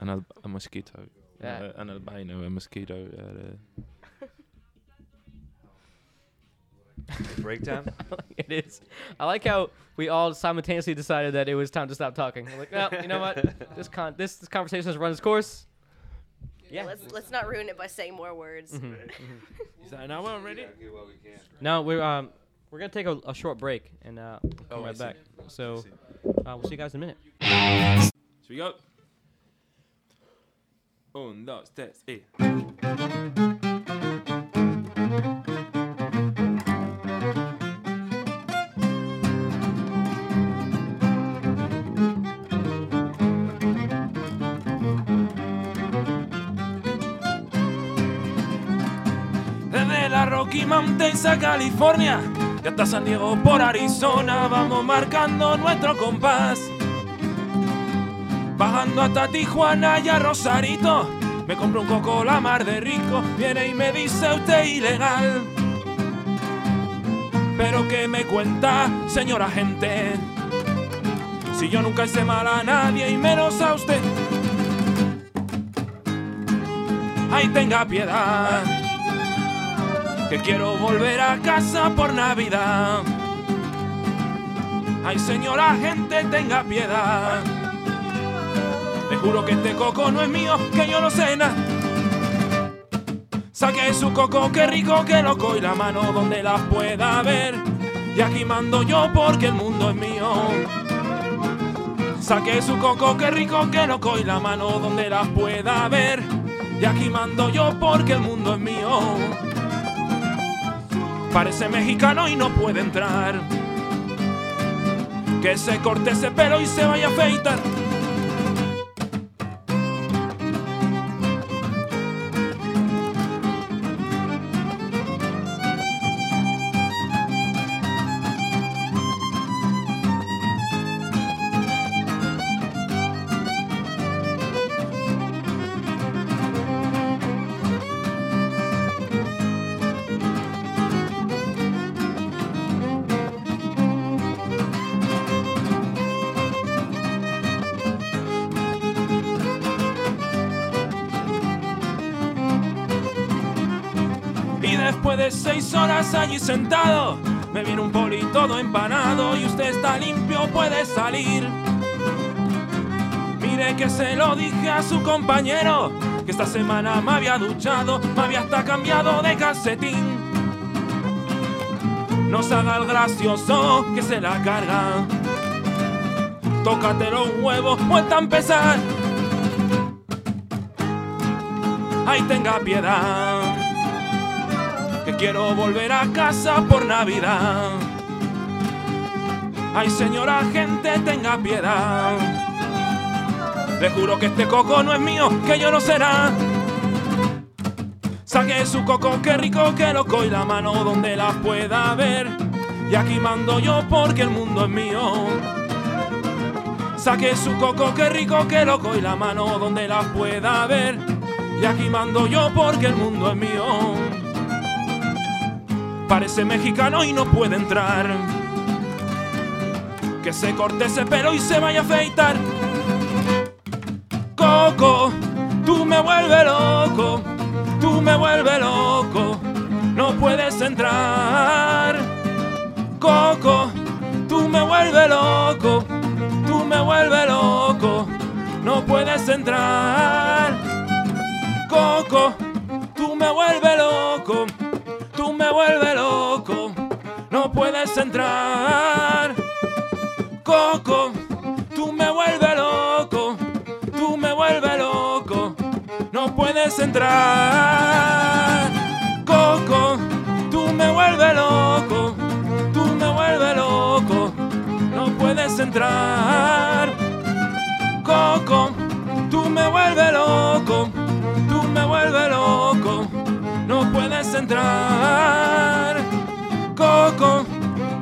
An al- a mosquito.
Yeah.
Uh, an albino, a mosquito. Uh,
Break time.
it is. I like how we all simultaneously decided that it was time to stop talking. We're like, well, you know what? This con this, this conversation has run its course. Yeah. Mm-hmm.
Let's let's not ruin it by saying more words.
Is that an hour already?
No, we're um we're gonna take a, a short break and uh we'll come
Oh, I
right
see.
back. So
see.
uh, we'll see you guys in a minute.
Should we go? Un, dos, tres, y. Desde la Rocky Mountains a California, Y hasta San Diego por Arizona vamos marcando nuestro compás. Bajando hasta Tijuana y a Rosarito, me compro un coco la mar de rico, viene y me dice usted ilegal. Pero que me cuenta, señora gente, si yo nunca hice mal a nadie y menos a usted. Ay, tenga piedad, que quiero volver a casa por Navidad. Ay, señora gente, tenga piedad. Le juro que este coco no es mío, que yo no sé nada. Saque su coco, qué rico, qué loco, y la mano donde las pueda ver. Y aquí mando yo porque el mundo es mío. Saque su coco, qué rico, qué loco, y la mano donde las pueda ver. Y aquí mando yo porque el mundo es mío. Parece mexicano y no puede entrar. Que se corte ese pelo y se vaya a afeitar. Y después de seis horas allí sentado, me viene un poli todo empanado y usted está limpio, puede salir. Mire que se lo dije a su compañero, que esta semana me había duchado, me había hasta cambiado de calcetín. No se haga el gracioso que se la carga. Tócate los huevos, vuelta a empezar. Ay, tenga piedad que quiero volver a casa por Navidad. Ay, señora gente, tenga piedad. Le juro que este coco no es mío, que yo no será. Saque su coco, qué rico, qué loco, y la mano donde la pueda ver. Y aquí mando yo porque el mundo es mío. Saque su coco, qué rico, qué loco, y la mano donde la pueda ver. Y aquí mando yo porque el mundo es mío. Parece mexicano y no puede entrar. Que se corte ese pelo y se vaya a afeitar. Coco, tú me vuelves loco, tú me vuelves loco, no puedes entrar. Coco, tú me vuelves loco, tú me vuelves loco, no puedes entrar. Coco, tú me vuelves loco, tú me vuelves loco, no puedes entrar. Coco, tú me vuelves loco, tú me vuelves loco, no puedes entrar. Coco, tú me vuelves loco, tú me vuelves loco, no puedes entrar. Coco, tú me vuelves loco, tú me vuelves loco, no puedes entrar. Coco,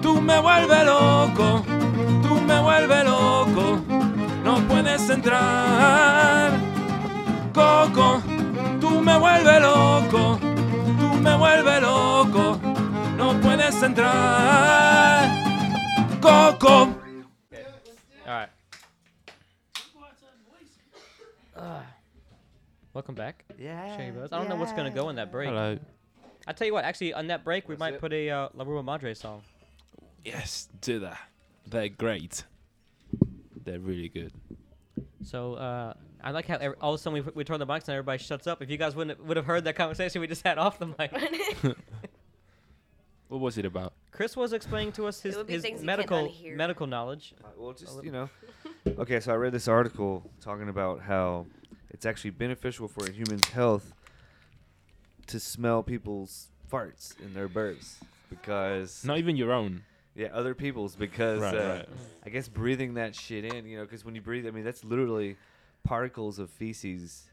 tú me vuelves loco, tú me vuelves loco, no puedes entrar. Coco, tú me vuelves loco, tú me vuelves loco, no puedes entrar. Coco.
All right. Welcome back.
Yeah.
Shaggy Buzz. I don't know what's gonna go in that break.
Hello.
I tell you what, actually, on that break, we
That's
might
it.
put a uh, La Rumba Madre song.
Yes, do that. They're great. They're really good.
So uh, I like how every, all of a sudden we, we turn the mics and everybody shuts up. If you guys wouldn't would have heard that conversation we just had off the mic,
What was it about?
Chris was explaining to us his,
would be
his
things you can't
medical
unhear.
medical knowledge.
Uh, well, just you know. Okay, so I read this article talking about how it's actually beneficial for a human's health to smell people's farts in their burps because
Not even your own.
yeah, other people's because
Right,
uh,
right.
I guess breathing that shit in, you know, because when you breathe, I mean, that's literally particles of feces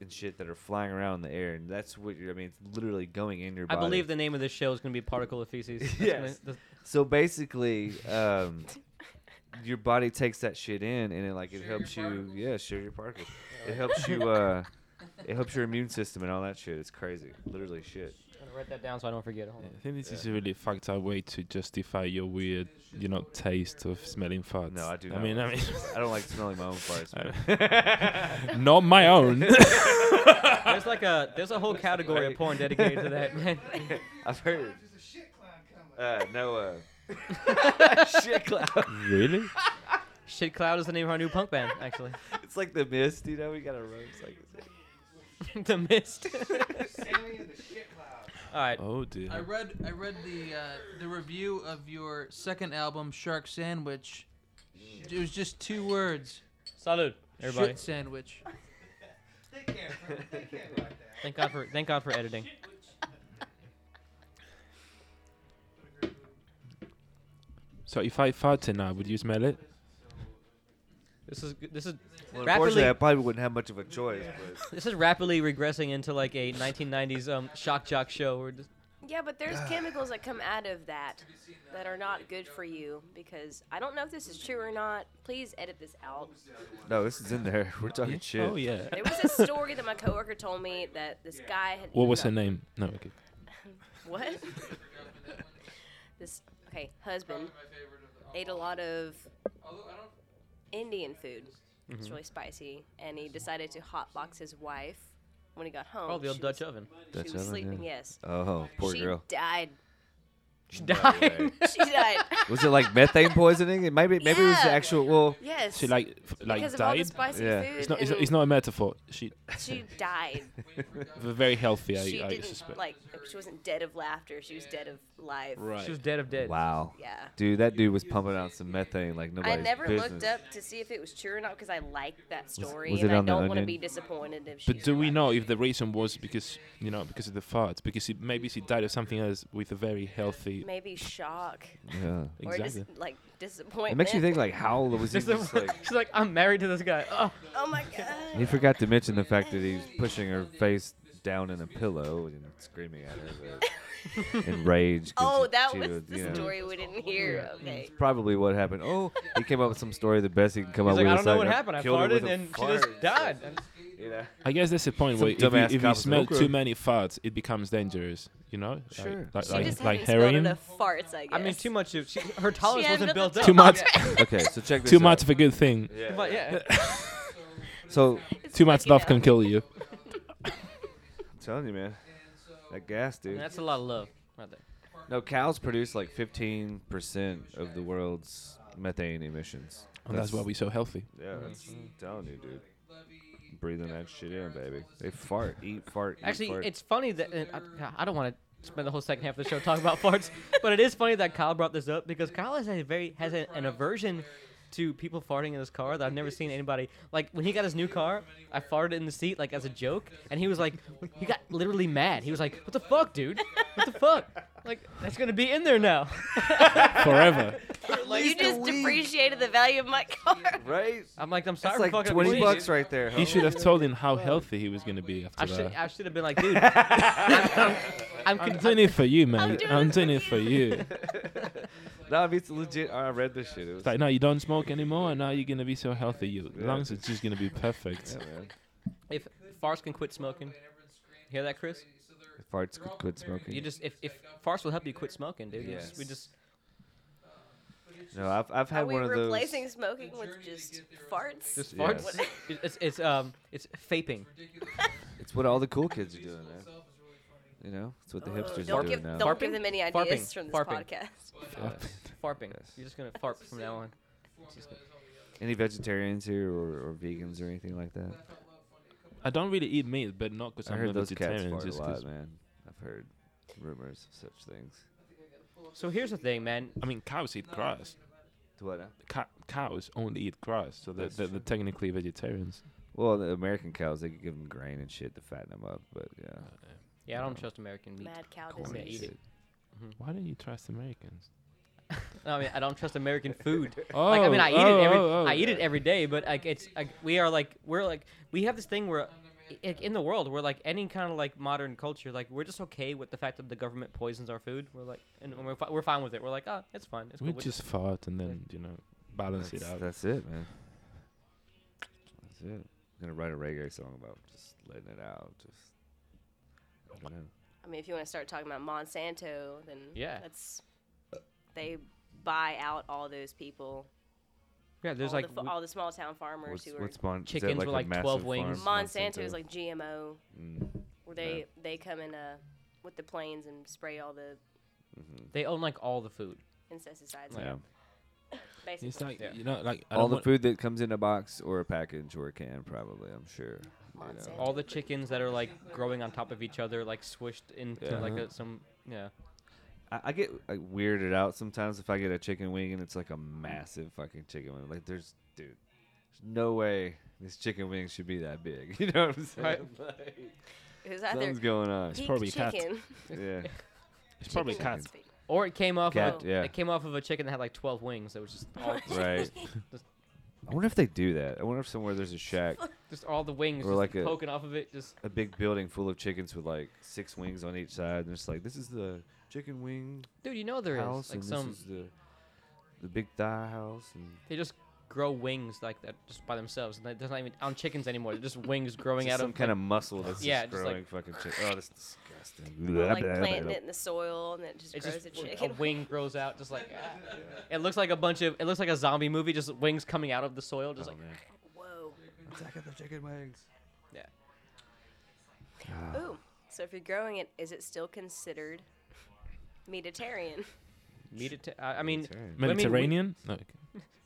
and shit that are flying around in the air, and that's what you're. I mean, it's literally going in your
I
body.
believe the name of this show is going to be Particle of Feces. That's
Yes.
gonna- that's-
So basically, um, your body takes that shit in, and it like it helps you. Yeah, share your particles. It helps you. Uh, it helps your immune system and all that shit. It's crazy. Literally, shit.
I'm going to write that down so I don't forget. Hold on.
I think this is a really fucked up way to justify your weird, you know, taste of smelling farts.
No, I do.
I
Not
mean, I
like
mean,
I don't like smelling my own farts.
I
man.
not my own.
There's like a there's a whole category of porn dedicated to that, man.
I've heard. Uh, no. Uh, shit cloud.
really?
Shit Cloud is the name of our new punk band, actually.
It's like the mist, you know. We got a rose like. This.
the Mist. All right.
Oh dear.
I read I read the uh, the review of your second album, Shark Sandwich. It was just two words.
Salud, everybody.
Shit sandwich.
Thank God for thank God for editing.
So if I farted now, would you smell it?
This is this is
Well,
rapidly
unfortunately, I probably wouldn't have much of a choice. But
this is rapidly regressing into like a 1990s um shock jock show. Where just,
Yeah, but there's chemicals that come out of that that are not good for you because I don't know if this is true or not. Please edit this out.
no, this is in there. We're talking shit.
Oh yeah.
There was a story that my coworker told me that this guy had.
What was her name? No. Okay.
What? this okay husband ate a lot of Indian food.
Mm-hmm.
It's really spicy, and he decided to hotbox his wife when he got home.
oh, the old
She
Dutch
was-
oven.
She
Dutch
was
oven,
sleeping.
yeah.
Yes.
Oh, poor
she
girl.
died.
She
No
died.
way.
She died.
Was it like methane poisoning? It might be. Maybe it was the
Yeah.
actual. Well,
yes.
She like f- like
because of all the
died.
spicy
Yeah.
food.
It's not, it's,
and
it's not a metaphor. She
She died.
very healthy.
she
I, I
didn't
suspect.
like. She wasn't dead of laughter. She was dead of life.
right.
She was dead of dead.
wow,
Yeah.
dude, that dude was pumping out some methane like nobody's
I never
business.
looked up to see if it was true or not because I liked that story
was
and
it
I
on The
don't want to
Onion?
be disappointed if she.
But do we know if the reason was because you know because of the farts? Because it, maybe she died of something else with a very healthy.
Maybe shock
Yeah.
or
Exactly.
dis- like disappointment.
It makes you think like how was he
She's
just like?
like, she's like, I'm married to this guy. Oh,
Oh my god.
He forgot to mention the fact that he was pushing her face down in a pillow and screaming at her but in rage. 'cause
Oh, that
she
was
would, you
the
know.
story we didn't hear. Okay.
It's probably what happened. Oh, he came up with some story the best he can come
he's
up
like,
with.
I
It's
don't know what
I
happened. I
killed her with
farted
a
and she
fart.
just died.
You know?
I guess that's the point
Some
where if you,
dumbass
if you
cop was
smell
like,
too
"Okay."
many farts, it becomes dangerous. You know,
Sure.
like
She
like,
just
like, like
hadn't smelled
heroin.
enough farts, I guess.
I mean, too much. Of, she, her tolerance
had
wasn't
another
built up.
Too much,
Okay, so check this
too
out.
much of a good thing.
Yeah.
Too much, yeah.
So
It's
Too much
like, you
love can
know,
kill you.
I'm telling you, man, that gas,
I mean,
dude.
that's a lot of love, right there.
no, cows produce like 15 percent of the world's methane emissions.
And that's why we're so healthy.
Yeah, that's I'm telling you, dude. Breathing that shit in, baby. They fart, eat, fart, eat,
Actually,
fart.
it's funny that and I, I don't want to spend the whole second half of the show talking about farts, but it is funny that Kyle brought this up because Kyle has a very has a, an aversion to people farting in his car that I've never seen anybody like when he got his new car. I farted in the seat like as a joke, and he was like, he got literally mad. He was like, "What the fuck, dude? What the fuck? Like that's gonna be in there now."
Forever.
you just depreciated the value of my car.
right?
I'm like, "I'm sorry,
That's
for
like
fucking up
20
your
bucks
seat."
right there.
he
Huh?
should have told him how healthy he was going to be after
I should
that.
I should have been like, "Dude, I'm, I'm,
I'm
con-
doing it for you, man.
doing
I'm
it
doing
for
it for you.
No, I mean, it's legit. I read this shit. It was
It's like, now you don't smoke anymore, and now you're going to be so healthy. Your lungs are just going to be perfect.
yeah, man.
if farts can quit smoking." Hear that, Chris?
Farts could quit smoking.
You just if if farts will help you quit smoking, dude. you just- we
Yes.
just
no, I've, I've
Are
had
we
one of those.
replacing smoking with just farts?
just
Yeah.
farts. It- It's it's um it's vaping.
It's what all the cool kids are doing, man. You know, it's what the
Oh,
hipsters are
don't
doing
give,
now.
don't
Farping?
give them any ideas
Farping.
from this
Farping.
podcast.
Farping.
Yes.
You're just gonna farp from now on.
Any vegetarians here or, or vegans or anything like that?
I don't really eat meat, but not because
I
I'm a
heard those cats
vegetarian.
fart a
Just 'cause-
lot, man. I've heard rumors of such things.
So here's the thing, man.
I mean, cows eat grass.
What?
Ca- cows only eat grass, so they're,
That's
they're, they're technically vegetarians.
Well, the American cows, they could give them grain and shit to fatten them up, but yeah.
Yeah, I don't trust American meat.
Mad cow
I'm gonna
disease.
eat it.
Why don't you trust Americans?
No, I mean, I don't trust American food.
Oh,
like I mean, I eat
oh,
it every
oh, oh.
I eat it every day, but like it's like we are like we're like we have this thing where like in the world we're like any kind of like modern culture like we're just okay with the fact that the government poisons our food we're like and we're, fi- we're fine with it we're like ah it's fine it's
We
cool with
just fart and then you know balance
That's,
it out.
that's it, man. That's it. I'm gonna write a reggae song about just letting it out. Just I don't know.
I mean, if you want to start talking about Monsanto, then
Yeah.
that's they buy out all those people.
yeah there's
all
like
the, fa-
w-
all the small town farmers
What's,
who
what's
are
bon- is that
chickens
like
with,
a
like, 12
massive
wings?
farm?
Monsanto is like GMO,
Mm.
where they they come in uh, with the planes and spray all the
they own like all the food
insecticides.
Yeah.
Basically,
It's like
Yeah.
you know, like I
All
don't
the
want-
food that comes in a box or a package or a can, probably. I'm sure. you know.
Monsanto.
all the chickens that are like growing on top of each other like swished into
Yeah. Uh-huh.
like a, some yeah
I, I get like weirded out sometimes if I get a chicken wing and it's like a massive fucking chicken wing. Like there's dude, there's no way this chicken wing should be that big. You know what I'm saying?
Who's out there?
Something's going on.
Peak
probably a cat.
chicken.
yeah.
it's probably
Chicken
cats.
that's big.
or it came off
Cat,
of,
yeah.
it came off of a chicken that had like 12 wings that was just all
Right. I wonder if they do that. I wonder if somewhere there's a shack,
just all the wings
Or
just
like a-
poking off of it just
a big building full of chickens with like six wings on each side, and it's like this is the chicken wing
dude you know there is
house,
like
and
some
this is the the big thigh house, and
they just grow wings like that just by themselves and there's not even on chickens anymore they're just wings growing
just
out
some
of
kind
like,
of muscle that's
Yeah,
just
just
growing
like-
fucking chicken. Oh, that's disgusting. Oh,
Or, like planting it in the soil and it just
It's
grows
just
a
w-
chicken.
a wing grows out, just like ah. it looks like a bunch of it looks like a zombie movie, just wings coming out of the soil, just
Oh,
like
man.
Whoa.
Attack of the chicken wings.
Yeah.
Ah.
Ooh. So if you're growing it, is it still considered meatitarian?
Medita- I I mean,
Oh, Mediterranean.
I mean, we-
Mediterranean. No, okay.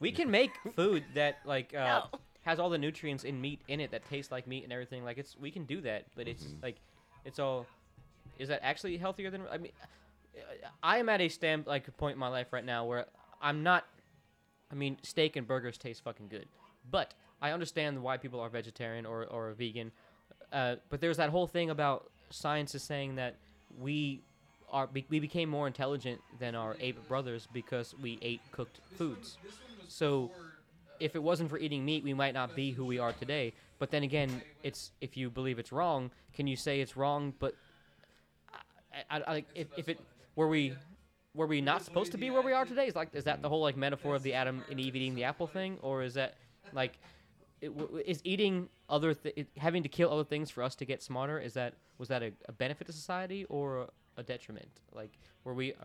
we, can make food that like uh,
No.
has all the nutrients in meat in it that tastes like meat and everything. Like it's we can do that, but it's like it's all. Is that actually healthier than? I mean, uh, I am at a stand like point in my life right now where I'm not. I mean, steak and burgers taste fucking good, but I understand why people are vegetarian or or vegan. Uh, but there's that whole thing about science is saying that we are be- we became more intelligent than our ape brothers because we ate cooked foods. So if it wasn't for eating meat, we might not be who we are today. But then again, it's if you believe it's wrong, can you say it's wrong? But I, I, I, like, if, if it were we were we not supposed to be where we are today? Is like is that the whole like metaphor of the Adam and Eve eating the apple thing, or is that like it, w- w- is eating other th- it- having to kill other things for us to get smarter? Is that was that a, a benefit to society or a detriment? Like were we uh,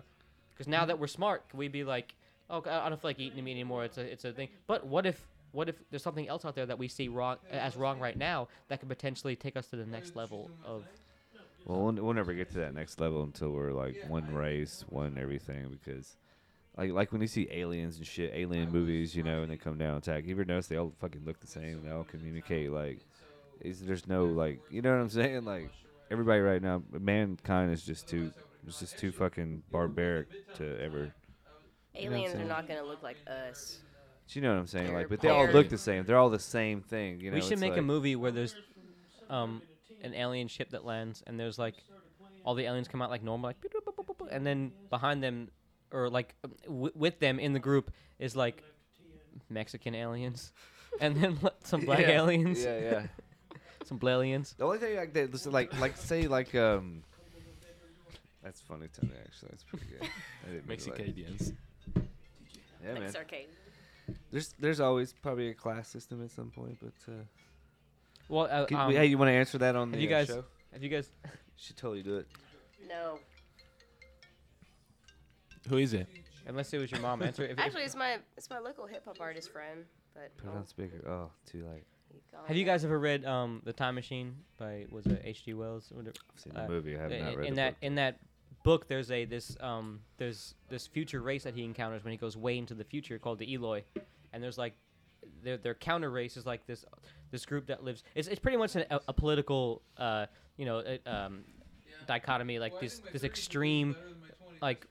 because now that we're smart, can we be like, oh, I I don't feel like eating meat anymore. It's a it's a thing. But what if what if there's something else out there that we see wrong as wrong right now that could potentially take us to the next level of
Well, we'll, we'll never get to that next level until we're like one race, one everything. Because, like, like when you see aliens and shit, alien movies, you know, and they come down and attack. You ever notice they all fucking look the same? They all communicate like, is there's no like, you know what I'm saying? Like, everybody right now, mankind is just too, it's just too fucking barbaric to ever. know what I'm
Aliens are
saying?
not going to look like us.
Do You know what I'm saying? Like, but they all look the same. They're all the same thing. You know,
we should
it's
make a
like-
movie where there's um, an alien ship that lands and there's like all the aliens come out like normal like beep, boop, boop, boop, boop, and then behind them or like um, w- with them in the group is like mexican aliens and then like, some black
Yeah.
aliens
Yeah, yeah.
some black aliens
The only thing like that, listen, like like say like um. That's funny to me actually. That's pretty good. I didn't really like-
Mexicadians.
Yeah,
like
man.
Sarkane.
There's there's always probably a class system at some point, but uh,
well uh,
can,
um,
hey, you want to answer that on
have
the
you
uh,
guys-
show?
have you guys
Should totally do it.
No.
Who is it?
unless it was your mom answer if, if,
Actually, it's my it's my local hip hop artist friend, but
Put it
I'll
on speaker. Oh, too late.
keep going.
have you guys ever read um, the time machine by was it hg wells or whatever
I've seen the
Uh,
movie. I have
in,
not read
in
the
that
book.
in that book there's a this um there's this future race that he encounters when he goes way into the future called the Eloi and there's like their their counter race is like this this group that lives it's, it's pretty much an, a, a political uh you know uh, um dichotomy like this this extreme like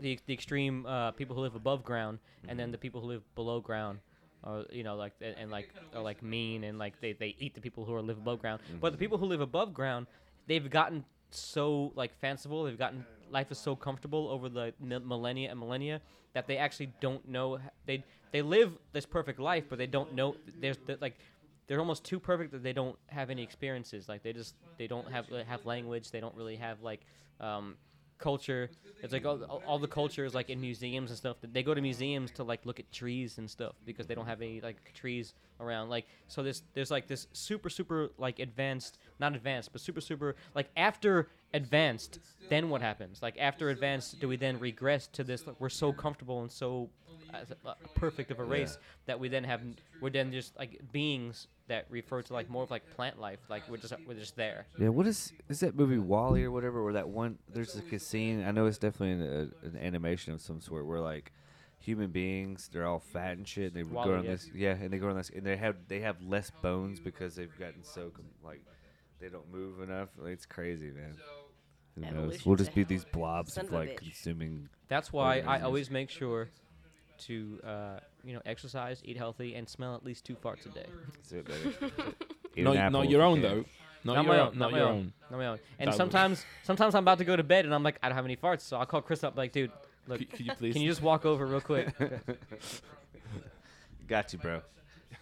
the, the extreme uh, people who live above ground and then the people who live below ground are you know like and, and like are like mean and like they, they eat the people who are live above ground but the people who live above ground they've gotten so like fanciful they've gotten life is so comfortable over the mil- millennia and millennia that they actually don't know h- they they live this perfect life but they don't know there's the, like they're- they're almost too perfect that they don't have any experiences. Like they just they don't have really have language. They don't really have like um, culture. It's like all, all the culture is like in museums and stuff. They go to museums to like look at trees and stuff because they don't have any like trees around. Like so this there's like this super super like advanced not advanced but super super like after advanced then what happens like after advanced do we then regress to this like, we're so comfortable and so uh, uh, perfect of a race that we then have we're then just like beings that refer to like more of like plant life like we're just we're just there
Yeah, what is is that movie Wally or whatever? Where that one there's like a scene. I know it's definitely an, uh, an animation of some sort where like human beings they're all fat and shit. And they
Wall-E,
go on
yeah.
this yeah, and they go on this and they have they have less bones because they've gotten so com- like they don't move enough. Like, it's crazy, man. Who knows?
Evolution's
We'll just
a
be these blobs
son
of
of a
like
bitch.
consuming.
that's why i
Organisms.
always make sure to uh, you know exercise eat healthy and smell at least two farts a day
Sit better. Eat an
Not,
apple
not
if
your
you
own
can.
though. Not,
Not
your
my
own.
own,
Not
not my
your
own.
own.
not my own
That
and
would-
sometimes sometimes i'm about to go to bed and i'm like i don't have any farts so i'll call chris up like dude look
Could, could you please?
can you just walk over real quick
Got you, bro.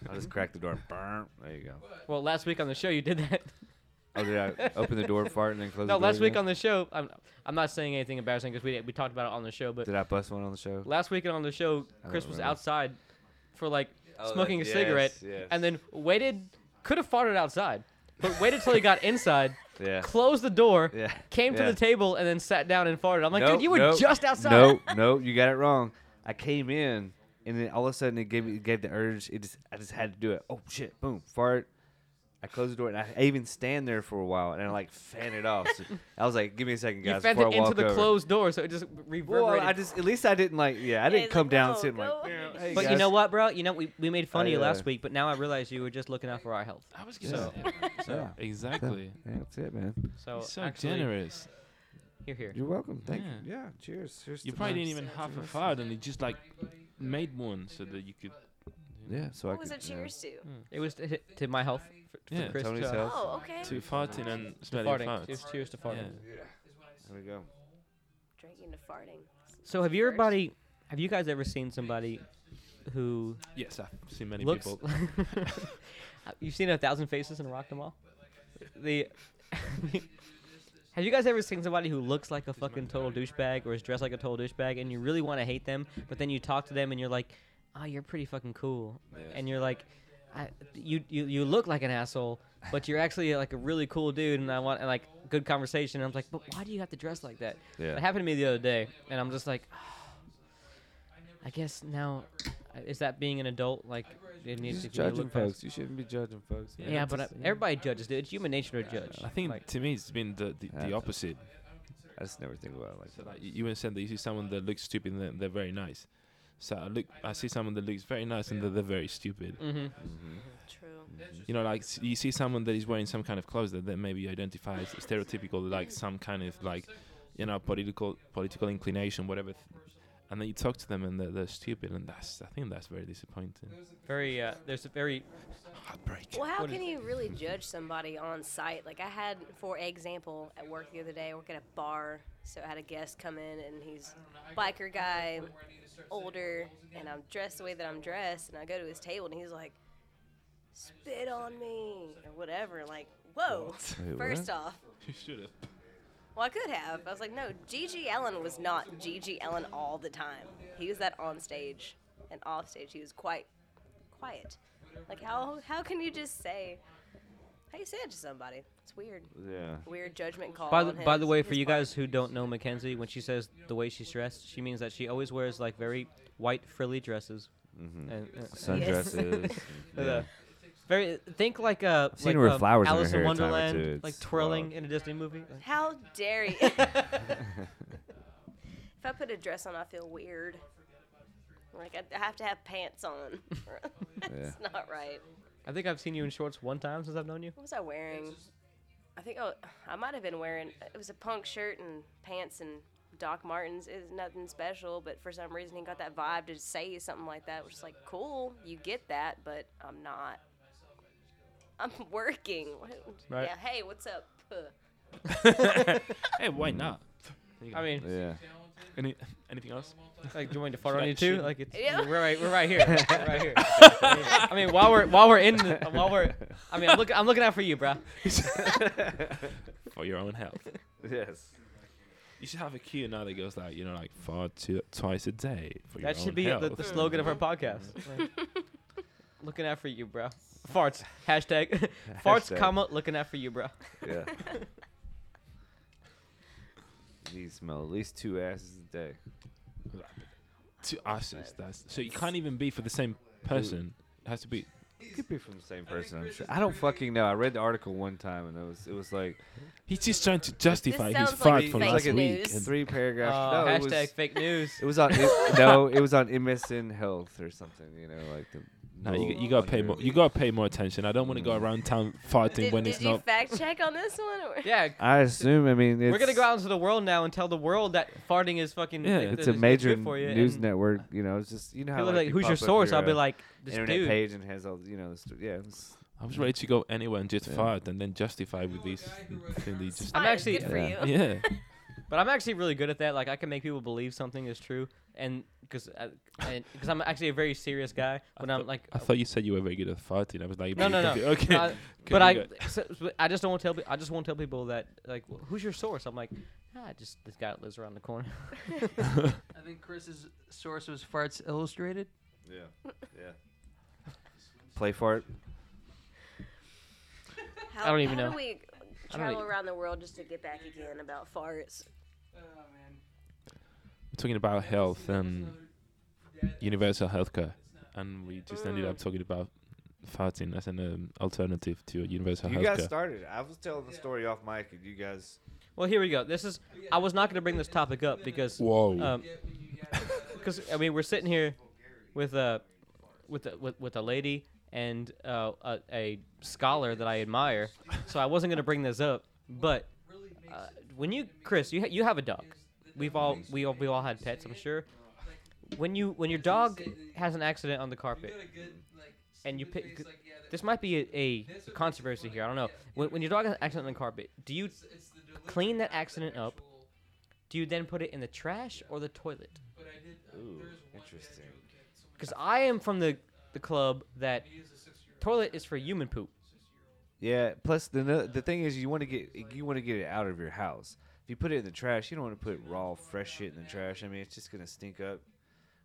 I'll just crack the door. Burn. There you go.
well last week on the show you did that
Oh, did I open the door, fart, and then close
no
the door?
last week
again?
on the show i'm, I'm not saying anything embarrassing because we, we talked about it on the show but
Did I bust one on the show?
last weekend on the show,
I
Chris
don't
was
remember.
outside for like
Oh,
smoking a
that's-
cigarette
yes, yes.
and then waited, could have farted outside, but waited till he got inside,
Yeah.
closed the door,
Yeah.
came to
yeah.
the table, and then sat down and farted. I'm like,
Nope,
dude, you were
nope,
just outside.
Nope, nope, you got it wrong. I came in, and then all of a sudden it gave me it gave the urge. It just I just had to do it. Oh shit! Boom, fart. I closed the door, and I, I even stand there for a while, and I like fan it off. So I was like, "Give me a second,
You
guys."
fed
before
it
I walk
into the
over.
closed door, so it just reverberated.
Well, I just at least I didn't like. Yeah, I
he's
didn't
like,
come down and
"No,
sit and, like.
go
"Yeah,
away."
hey,
but you
guys."
know what, bro? You know, we, we made fun of you
yeah.
last week, but now I realize you were just looking out for our health.
I was
gonna
gonna.
So,
So,
Yeah.
exactly.
Yeah, that's it, man.
so,
He's so
actually,
generous.
Here, here.
You're welcome. Thank you.
Yeah.
Yeah. Cheers. Cheers.
You
to
probably
mine.
didn't even have a fart, and he just like made one so that you could.
Yeah. So I
What was
could.
it cheers to?
It was to, to my health. For, for
Yeah,
Chris
Tony's
to,
health.
Oh, okay.
To farting and smelling
farting.
farts.
Cheers, cheers to farting.
Yeah.
There we go.
Drinking to farting.
So have you
First.
everybody have you guys ever seen somebody who
Yes, I've seen many
looks
people.
You've seen a thousand faces and rocked them all? The Have you guys ever seen somebody who looks like a fucking total douchebag or is dressed like a total douchebag and you really want to hate them, but then you talk to them and you're like, "Oh, you're pretty fucking cool." And you're like, I, you, you you look like an asshole, but you're actually like a really cool dude and I want and like good conversation. And I'm like, "But why do you have to dress like that?"
Yeah.
It happened to me the other day, and I'm just like, I guess now, is that being an adult? Like, it needs to
Just
be
judging
look past-
folks. You shouldn't be judging folks.
Yeah, but I, everybody judges, dude. It's human nature to judge.
I think
Like,
to me it's been the, the, the
Yeah.
opposite.
I just never think about it like
So
that.
like you you were saying that you see someone that looks stupid and they're, they're very nice. So I look, I see someone that looks very nice and that they're very stupid.
mhm.
True.
You know, like s- you see someone that is wearing some kind of clothes that, that maybe identifies stereotypical, like some kind of like, you know, political political inclination, whatever. Th- and then you talk to them and they're, they're stupid, and that's I think that's very disappointing.
very. Uh, there's a very.
Heartbreak.
Well, how
What
can you really judge somebody on site? Like I had, for example, at work the other day, I work at a bar, so I had a guest come in, and he's biker guy, older, and I'm dressed the way that I'm dressed, and I go to his table, and he's like, "Spit on me" or whatever. Like, whoa!
Wait,
First
what?
off,
You should have.
well, I could have. I was like, no, Gigi Allen was not Gigi Allen all the time. He was that on stage and off stage. He was quite quiet. Like, how how can you just say how you say it to somebody? It's weird.
Yeah.
Weird judgment call.
By the,
on
by the
his-
way, for
his
you
part.
guys who don't know Mackenzie, when she says the way she's dressed, she means that she always wears like very white frilly dresses. Mm-hmm. And, uh,
Yes.
Sundresses.
with a very think like uh,
seen
like
her with
um,
flowers in her
Alice
hair
in
at time or
Wonderland,
two.
like
It's
twirling
wild.
in a Disney movie. Like,
How dare you? if I put a dress on, I feel weird. Like I I have to have pants on. That's not right.
I think I've seen you in shorts one time since I've known you.
What was I wearing? I think oh, I might have been wearing. It was a punk shirt and pants and Doc Martens. It was nothing special, but for some reason he got that vibe to say something like that, which is like, cool, you get that, but I'm not. I'm working. What-
Right.
Yeah. Hey, what's up? Puh.
Hey, why not?
I mean,
Yeah.
Mm. Any anything else?
Like, do you want me to fart on
I-
you too?
should-
Like, it's
Yeah.
we're right, we're right here, We're right here. I mean, while we're while we're in, the, while we're, I mean, I'm looking, I'm looking out for you, bro.
For your own health.
yes.
You should have a cue now that goes like, you know, like fart two, twice a day for your
That should
own
be the,
health.
the slogan of our podcast. Like, looking out for you, bro. Farts hashtag farts
Hashtag.
comma looking out for you, bro.
Yeah. You smell at least two asses a day.
Two asses. That's so you can't even be for the same person. It has to be.
It could be from the same person. I'm sure. I don't fucking know. I read the article one time and it was it was like
He's just trying to justify his
sounds
fart
like
from
fake
last
news.
week. and-
three paragraphs.
Uh,
no, it was,
hashtag fake news.
it was on it, no, it was on MSN Health or something. You know, like the
No, you,
little
you gotta pay
under-
more. You Mm. gotta pay more attention. I don't want to go around town farting
Did,
when
did
it's
you
not.
fact check on this one? Or?
Yeah,
I assume. I mean, it's,
we're gonna go out into the world now and tell the world that farting is fucking.
Yeah,
is-
It's a
is
major
good for you.
news
and
network. You know, it's just you know how
People are
like,
like,
you
who's your
pop up
source? I'll
uh,
be like, this
internet
dude.
page and has all you know. This, yeah, it's-
I was ready to go anywhere and just
Yeah.
fart and then justify with these thing they just.
I'm
Fine,
actually- uh,
good for
Yeah.
you.
Yeah,
But I'm actually really good at that. Like I can make people believe something is true, and because because I'm actually a very serious guy. When I'm like,
I thought you said you were very good at farting. I was like,
No, no, no.
okay.
uh,
Could
but
you
I
go-
so, so I just don't want to tell pe- I just won't tell people that like "Wh- who's your source. I'm like, ah, just this guy that lives around the corner.
I think Chris's source was Farts Illustrated.
yeah, yeah. Play fart.
How,
I don't even
how
know.
Do we
don't
travel
e-
around the world just to get back again about farts.
We're talking about health and universal healthcare, and we just ended up talking about farting as an um, alternative to universal
You
healthcare.
guys started. I was telling the story off mic, and you guys.
Well, here we go. This is I was not gonna bring this topic up because
Whoa!
Um,
because Um, I mean we're sitting here with a with a, with, with a lady and uh, a, a scholar that I admire, so I wasn't gonna bring this up. But uh, when you, Chris, you ha- you have a dog. We've all we all we all had pets, I'm sure. When you when your dog has an accident on the carpet, and you pick, this might be a, a controversy here. I don't know. When, when your dog has an accident on the carpet, do you clean that accident up? Do you then put it in the trash or the toilet?
Ooh, interesting.
Because I am from the the club that toilet is for human poop.
Yeah. Plus, the no- the thing is, you want to get you want to get it out of your house. If you put it in the trash, you don't want to put raw, fresh shit in the trash. I mean, it's just gonna stink up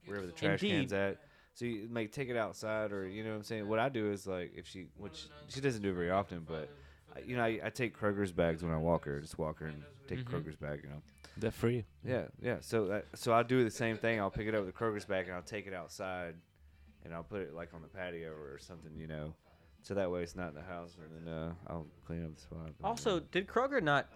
wherever the trash
Indeed.
can's at. So you like take it outside, or you know what I'm saying. What I do is like if she, which she doesn't do it very often, but I- you know, I, I take Kroger's bags when I walk her. Just walk her and take Kroger's bag. You know.
They're free.
Yeah, yeah. So that, so I'll do the same thing. I'll pick it up with the Kroger's bag and I'll take it outside, and I'll put it like on the patio or something, you know, so that way it's not in the house, and then uh, I'll clean up the spot. and, uh,
Also, did Kroger not?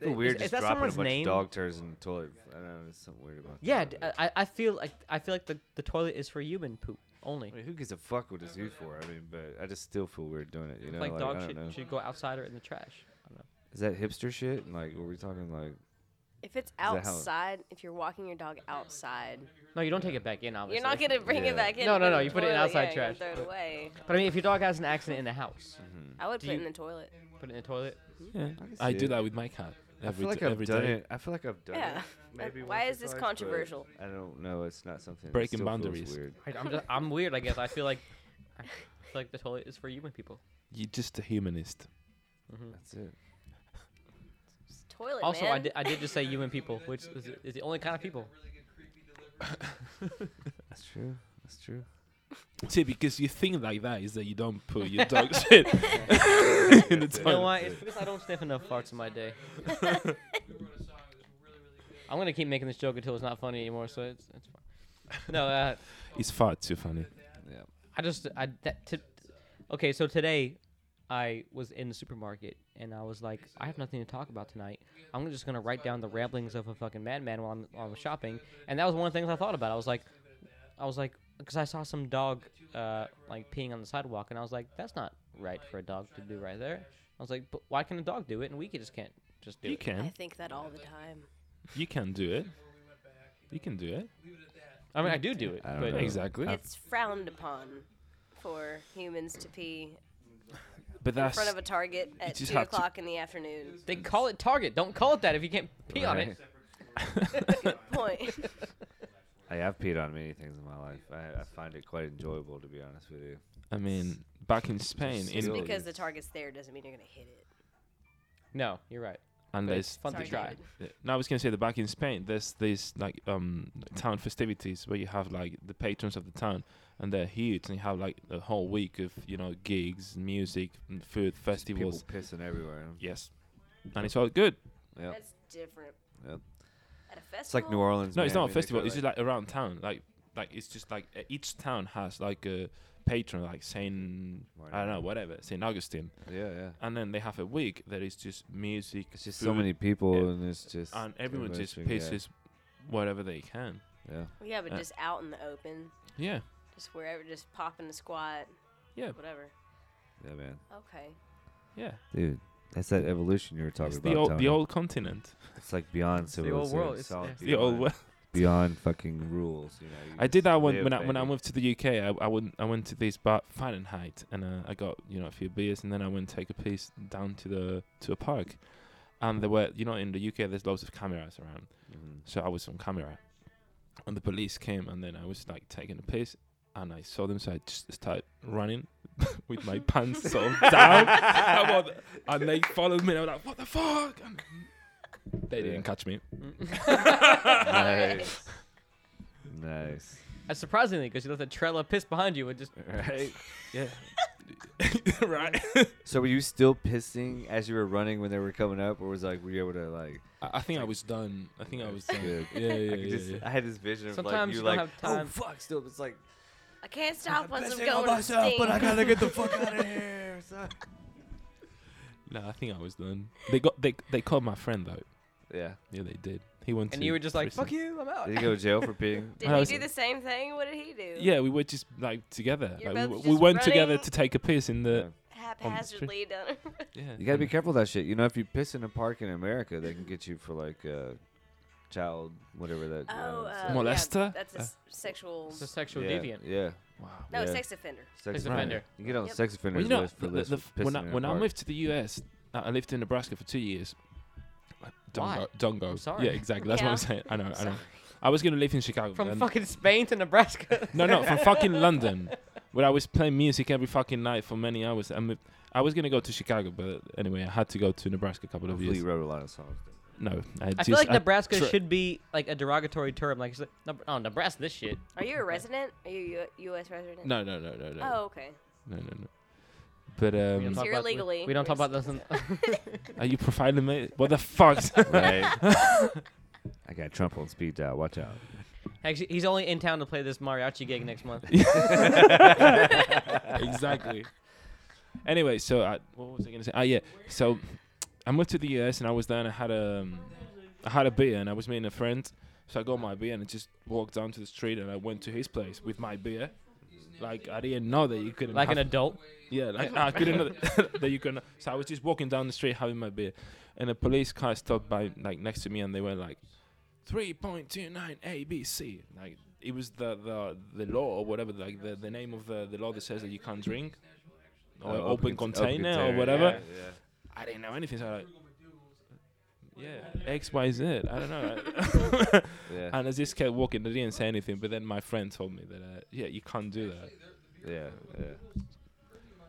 it's weird
is,
just
is that
dropping a
someone's
bunch
name?
of dog turds in the toilet. I don't know, there's something weird about.
Yeah,
that.
d- uh, I, I feel like I feel like the, the toilet is for human poop only.
I mean, who gives a fuck what it's used for? I mean, but I just still feel weird doing it. You know,
like,
like, I
dog
don't
shit
know.
should go outside or in the trash. I don't know.
Is that hipster shit? And, Like, were we talking like?
If it's
how it-
outside, if you're walking your dog outside,
No, you don't take it back in. Obviously,
you're not gonna bring
Yeah.
it back in.
No,
and
no,
put
no,
in
you
the
put it in
toilet.
outside
Yeah, you're
trash.
gonna Throw it away.
But I mean, if your dog has an accident in the house,
I
Mm.
would
Do
put it
you-
in the toilet.
put it in the toilet.
Yeah,
can
I
see
do
it.
that with my cat
I
every
feel like
t- every
I've done
day.
it. I feel like I've done
Yeah.
it. Maybe
Why
once
is
or
this
twice, but
controversial?
I don't know. It's not something that
Breaking
still feels
boundaries.
Weird.
I, am just, I'm weird. I guess I feel like I feel like the toilet is for human people.
You're just a humanist.
That's it.
Toilet.
Also, I
man.
did, I did just say human people, which is, is the only kind of people.
That's true. That's true.
See, because you think like that is that you don't put your dog shit in the
You know
toilet.
why? It's because I don't sniff enough farts in my day. I'm gonna keep making this joke until it's not funny anymore, so it's it's fine. No, uh,
It's far too funny.
Yeah.
I just I that t- okay. So today, I was in the supermarket and I was like, I have nothing to talk about tonight. I'm just gonna write down the ramblings of a fucking madman while I'm, while I'm shopping, and that was one of the things I thought about. I was like, I was like, because I saw some dog uh like peeing on the sidewalk, and I was like, that's not right for a dog to do right there. I was like, but why can a dog do it and we can- just can't just do
You
it?
I
can,
think that all the time.
you can do it. You can do it.
I mean, I do do it,
I don't
but
know.
Exactly.
It's frowned upon for humans to pee
But
in
that's
front of a target at
just
two
have to-
o'clock in the afternoon.
they call it Target. Don't call it that if you can't pee on
Right.
it.
point.
I have peed on many things in my life. I, I find it quite enjoyable, to be honest with you.
I mean, back in Spain,
Just
Just
in,
Really?
because the target's there doesn't mean you're gonna hit it.
No, you're right.
and
But
there's
it's fun
Sorry,
to try.
David.
Yeah. No, I was gonna say the back in Spain, there's these like um town festivities where you have like the patrons of the town, and they're huge, and you have like a whole week of you know gigs, music, and food,
People
festivals.
pissing everywhere.
Yes, and it's all good.
Yep.
That's different.
Yep.
At a
It's
festival.
like New Orleans.
No, it's
man.
not
They
a
go
festival. It's just like around town. Like like it's just like uh, each town has like a patron, like Saint
Right.
I don't know whatever Saint Augustine,
yeah, yeah.
and then they have a week that is just music.
It's just so
food,
many people,
Yeah.
and it's just
and everyone just
everybody's doing
pisses whatever they can.
that. Yeah.
Well, yeah, but
Uh,
just out in the open,
Yeah,
just wherever, just popping the squat.
Yeah.
Whatever.
Yeah, man.
Okay.
yeah.
Dude, that's that evolution you were talking
It's
about.
the old
Tony.
the old continent.
It's like beyond
the old
civilization.
world. It's-
solid
yeah.
The old
beyond-
world.
Beyond fucking rules. You know, you
I
just
did that when
live,
when I, when I
baby.
moved to the UK. I, I went I went to this bar Fahrenheit and uh, I got you know a few beers and then I went take a piece down to the to a park, and there were you know in the UK there's loads of cameras around,
Mhm.
so I was on camera, and the police came and then I was like taking a piss, and I saw them so I just started running with my pants so down, I was- and they followed me. and I was like, what the fuck? And they didn't
Yeah.
catch me.
Mm-hmm. Nice. Nice.
That's surprisingly because you left a trail of piss behind you. It just
Right.
Yeah. right.
So were you still pissing as you were running when they were coming up, or was like were you able to like?
I, I think I was done. I think I was
That's
done.
good.
Yeah, yeah, yeah.
I, could just,
yeah.
I had this vision of
Sometimes
like
you don't
you like
have
oh
time."
fuck still it's like
I can't stop once I'm
pissing on
going.
myself,
Myself,
but I gotta get the fuck out of here. So-
No, I think I was done. They got they they called my friend though.
Yeah.
Yeah, they did. He went.
and
to
you were just like,
prison.
"Fuck you, I'm out."
Did you go to jail for peeing?
Did
I
he
was-
do the same thing? What did he do?
Yeah, we were just like together.
You're
Like, we,
both
we
just
went together
running.
to take a piss in
Yeah.
the.
Haphazardly done.
Yeah.
You gotta be
and-
careful with that shit. You know, if you piss in a park in America, they can get you for like uh, child, whatever that.
oh,
uh,
uh,
so-
yeah,
Molester?
that's a
Uh.
s- sexual.
It's a sexual
yeah,
deviant.
Yeah.
Wow.
No,
yeah.
sex offender.
Sex
offender.
offender.
You get on the
Yep.
sex offenders
Well, you know,
list for
the-
this.
the-
for
when
pissing
I,
in a
when I
park.
moved to the US, I I lived in Nebraska for two years. Uh, Don't
Why?
go. Don't go.
I'm sorry.
Yeah, exactly. That's what I'm
Yeah.
saying. I know. I know. I was gonna live in Chicago.
From
then-
fucking Spain to Nebraska.
No, no, from fucking London, where I was playing music every fucking night for many hours. I moved, I was gonna go to Chicago, but anyway, I had to go to Nebraska a couple of
Hopefully
years.
you wrote a lot of songs.
No, I,
I
just,
feel like
I-
Nebraska
tra-
should be like a derogatory term. Like, it's like, "Neb- oh, Nebraska, this shit.
Are you a resident? Are you a U- U.S. resident?
No, no, no, no, no.
Oh, okay.
No, no, no. But
We don't
um,
talk
you're
about- we-
legally-
We, don't talk
we're
about this. In,
are you profiling me? What the fuck?
Right. I got Trump on speed dial. Watch out.
actually, he's only in town to play this mariachi gig next month.
exactly. Anyway, so I, what was I gonna say? Ah, yeah. So I moved to the US and I was there and I had a, um, I had a beer and I was meeting a friend. So I got my beer and I just walked down to the street and I went to his place with my beer. Like I didn't know that you couldn't.
like
have
an adult.
Yeah, like I couldn't know that, that you couldn't. So I was just walking down the street having my beer, and a police car stopped by like next to me, and they were like, three point two nine ABC. Like it was the the the law or whatever, like the the name of the the law that says that you can't drink. Or
Uh,
open,
con-
container, or
container,
whatever.
Yeah, yeah.
I didn't know anything. So I like, yeah, X Y Z. I don't know.
Yeah.
and I just kept walking. I didn't say anything. But then my friend told me that uh, yeah, you can't do that.
yeah, yeah.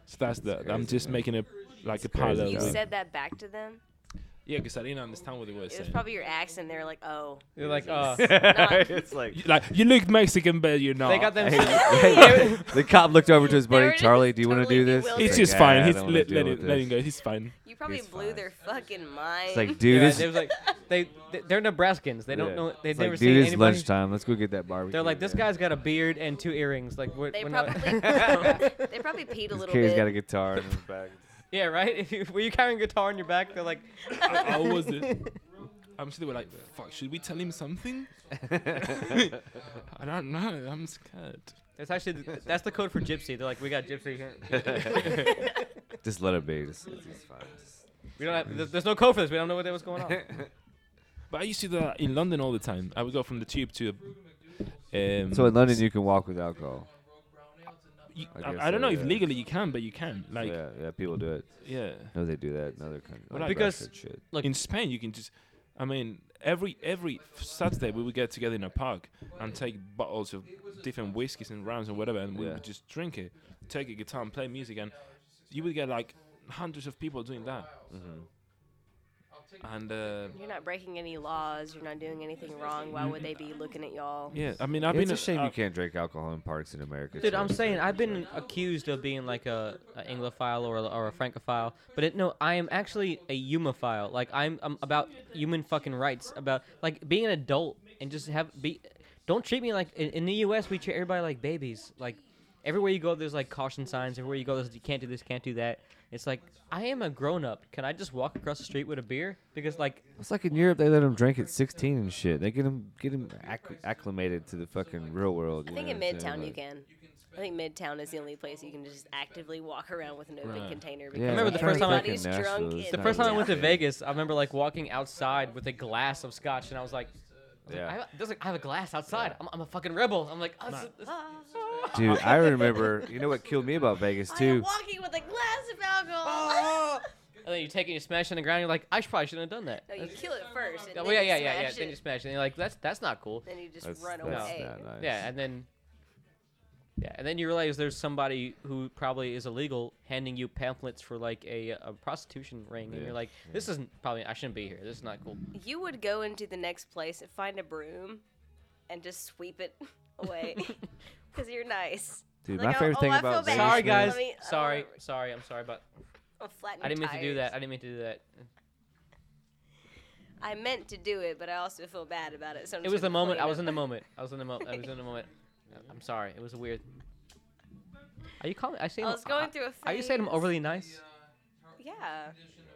So that's the. I'm
crazy,
just
man.
making a like
crazy.
a parallel.
You
Yeah.
with-
said that back to them.
Yeah, because I didn't understand what they were
It was
saying.
probably your accent. They were like, "Oh,
You're like, uh,
it's like
You- like you look Mexican, but you're not.
they got them.
the cop looked over to his
They
buddy
were
Charlie. Do you want to
totally
do this?
bewildered.
It's
He's
just
like, "Ah,
fine.
I
He's
don't wanna
let,
deal
let,
with
it, let
this."
him go. He's fine.
you probably
It's
blew
fine.
their fucking mind."
It's like,
Yeah,
dude, it's,
they was like, they they- they're Nebraskans. They don't
Yeah.
know. They've
it's
never
like,
seen
dude, it's
anybody.
lunchtime. Let's go get that barbecue.
They're like, this
yeah.
guy's got a beard and two earrings. Like, we're,
they
we're
probably
not.
they probably peed a
This
little
kid's
bit.
got a guitar in his bag.
yeah, right. If you, were you carrying a guitar on your back? They're like,
I, I was it. I'm sure they were like, "Fuck, should we tell him something?" I don't know. I'm scared.
that's actually th- that's the code for gypsy. They're like, we got gypsy. here.
Just let it be. Just, it's, it's fine. Just-
We don't have. There's, there's no code for this. We don't know what that was going on.
But I used to do that in London all the time. I would go from the tube to. Um,
So in London, you can walk with alcohol.
you,
I
I,
guess
I don't
so,
know if
yeah.
legally you can, but you can. Like, yeah.
yeah, yeah, people do it. No, they do that in other countries.
Well,
like
because-
Russia and shit.
Look-
in Spain, you can just. I mean, every every Saturday we would get together in a park and take bottles of different whiskeys and rounds and whatever, and we
Yeah.
would just drink it, take a guitar and play music, and you would get like hundreds of people doing that.
Mm-hmm.
And uh,
You're not breaking any laws. You're not doing anything wrong. Why would they be looking at y'all?
yeah, I mean, I've
it's
been
a shame
I-
you can't drink alcohol in parks in America.
Dude,
too.
I'm saying I've been accused of being like a, a Anglophile or a, or a Francophile, but it, no, I am actually a humophile. Like I'm, I'm about human fucking rights, about like being an adult and just have be. Don't treat me like in, in the U.S. we treat everybody like babies. Like everywhere you go, there's like caution signs. Everywhere you go, there's you can't do this, can't do that. It's like I am a grown up. Can I just walk across the street with a beer? Because like
It's like in Europe, they let them drink at 16 and shit. They get them get them acc- acclimated to the fucking real world.
I
you
think
know
in
what I'm saying?
Midtown you
Like-
can. I think Midtown is the only place you can just actively walk around with an open
Right.
container.
Yeah,
remember
I'm
the
trying
first
to
time I-
think in
everybody's drunk
Nashville,
in
it's
the
not
first
really
time I went to
that.
Vegas, I remember like walking outside with a glass of scotch, and I was like. I
Yeah.
have, there's like, I have a glass outside. I'm, I'm a fucking rebel. I'm like, oh, this is- this-
Ah.
Dude, I remember. You know what killed me about Vegas
I am
too?
walking with a glass of alcohol.
Oh. and then you take it, you smash it on the ground. You're like, I sh- probably shouldn't have done that.
no, you kill it first. And
Oh,
then
yeah,
you
yeah, yeah, yeah.
smash
Then
it.
you smash it. And you're like, that's that's not cool.
Then you just
That's,
run
that's
away.
not nice.
Yeah, and then yeah, and then you realize there's somebody who probably is illegal handing you pamphlets for like a, a prostitution ring, and
Yeah,
you're like, this isn't probably I shouldn't be here. This is not cool.
You would go into the next place and find a broom and just sweep it away because you're nice.
Dude,
Like,
my
oh-
favorite
oh,
thing
I feel
about
bad.
Vegas.
Sorry
Basement.
man,
guys,
Let me- uh, I don't
sorry,
wanna-
sorry, I'm sorry, but
I'll flatten
I didn't mean to do
tires.
that. I didn't mean to do that.
I meant to do it, but I also feel bad about it. So I'm
It
just
was the
gonna
moment.
clean
I was
up.
in the moment. I was in the moment. I was in the moment. I'm sorry. It was weird. Are you calling? I say.
I was going through a
Are you saying I'm
phase.
overly nice?
Yeah.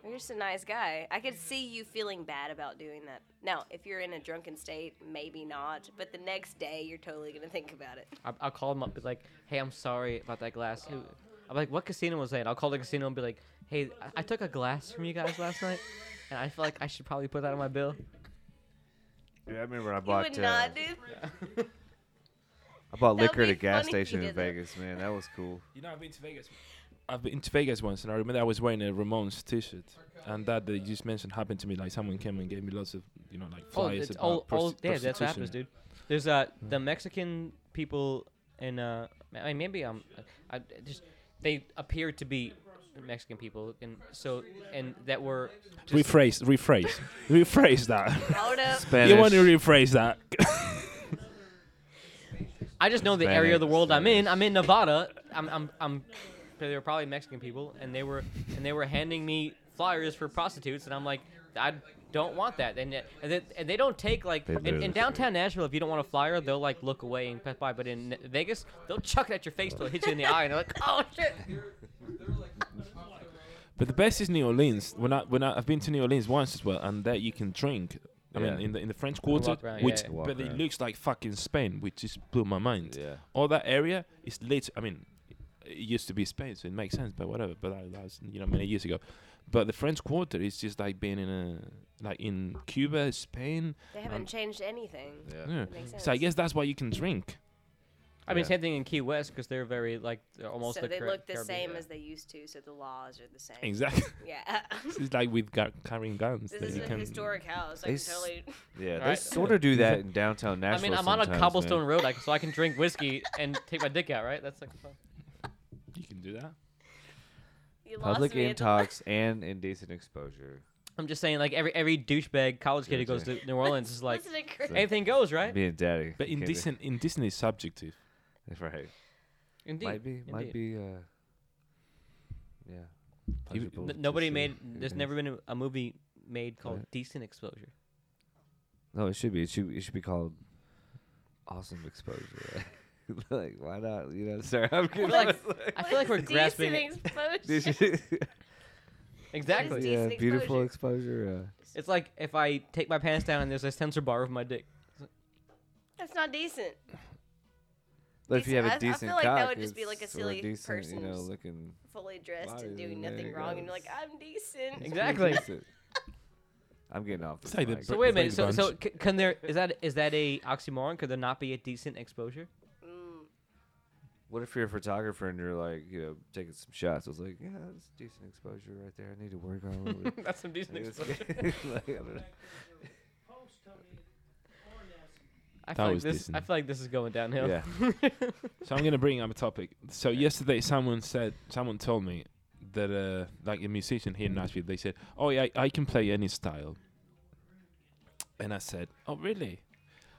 You're just a nice guy. I could see you feeling bad about doing that. Now, if you're in a drunken state, maybe not. But the next day, you're totally gonna think about it.
I, I'll call him up. Be like, hey, I'm sorry about that glass. Who? I'm like, what casino was that? And I'll call the casino and be like, hey, I, I took a glass from you guys last night, and I feel like I should probably put that on my bill.
dude, I remember I
You
bought
would
uh,
not do.
I bought
That
liquor
would
at a
be
gas
funny if you
station in
did that.
Vegas, man. That was cool.
You know, I've been to Vegas. I've been to Vegas once, and I remember I was wearing a Ramones T-shirt, and that that you just mentioned happened to me. Like someone came and gave me lots of, you know, like
Oh,
flyers
it's
about
all, all
prosti-
yeah, that's what happens,
prostitution.
dude. There's uh the Mexican people in uh I mean, maybe I'm I I just they appear to be Mexican people and so and that were just,
Rephrase, rephrase, rephrase that.
Hold up.
You want to rephrase that?
I just know the area of the
Hispanics,
world I'm in. I'm in Nevada. I'm I'm I'm they were probably Mexican people and they were and they were handing me flyers for prostitutes and I'm like I don't want that and yet- and they, and they don't take like
They
in,
literally
in downtown Nashville if you don't want a flyer they'll like look away and pass by but in Ne- Vegas they'll chuck it at your face till it hits you in the eye and they're like oh shit
But the best is New Orleans. When I when I, I've been to New Orleans once as well, and there you can drink. I
Yeah.
mean, in the in the French Quarter,
walk around,
which
yeah.
Walk
but it
around.
looks like fucking Spain, which just blew my mind.
Yeah.
All that area is lit. I mean, it used to be Spain, so it makes sense. But whatever. But that, that was you know many years ago. But the French Quarter is just like being in a like in Cuba, Spain.
They
Um,
haven't changed anything.
Yeah.
Yeah.
Makes
So I
sense.
guess that's why you can drink.
I mean,
Yeah.
same thing in Key West because they're very like they're almost.
so
the
they
Carib-
look the
Caribbean.
same as they used to, so the laws are the same.
Exactly.
Yeah.
it's like with gar- carrying guns.
this
that
is
you
a
can-
historic house. I
They
can
s-
totally.
Yeah, they
Alright.
sort of do that in downtown
I
Nashville.
mean, I'm on a
sometimes, man.
cobblestone road, like, so I can drink whiskey and take my dick out, right? That's like fun.
You can do that.
You lost
Public
me at the-
intox and indecent exposure.
I'm just saying, like every every douchebag college kid who goes to New Orleans is like,
Listen to Chris.
Hey,
anything goes, right?
Me and Daddy.
But
Can't do-
indecent, indecent is subjective.
Right.
Indeed.
might be. Might
indeed.
be. Uh, yeah.
You-
pleasurable
N-
to
nobody
see.
uh,
made. There's
Yeah.
never been a, a movie made called
Right.
Decent Exposure.
No, it should be. It should. It should be called awesome exposure. like, why not? You know, sir. I'm
I feel
kidding.
like, I
What
feel like
is
we're
decent
grasping it.
exposure?
yeah,
exactly.
decent
beautiful exposure.
It's like if I take my pants down and there's a sensor bar of my dick.
That's not decent.
Uh, if you
Decent-
have
I- I
a
feel
decent
like that
cock,
would just be like a
it's- or
silly
decent, you know,
person's
looking
fully dressed
Why
and
isn't
doing
there
nothing
you
wrong,
go?
and you're like, I'm decent.
it's pretty
Exactly.
decent. I'm getting off this.
It's like the
mic.
So
Br-
wait a minute. So,
Brady
so
Bunch.
c- can there is that is that a oxymoron? Could there not be a decent exposure?
Mm,
What if you're a photographer and you're like, you know, taking some shots? I was like, yeah, that's decent exposure right there. I need to work on a little bit.
That's some decent
Like, it's- like, I don't know.
I
That
feel like
was
this. I
decent.
feel like this is going downhill.
Yeah.
So I'm gonna bring up a topic. So yesterday, someone said, someone told me that, uh, like a musician here in Nashville, they said, "Oh yeah, I, I can play any style." And I said, "Oh really?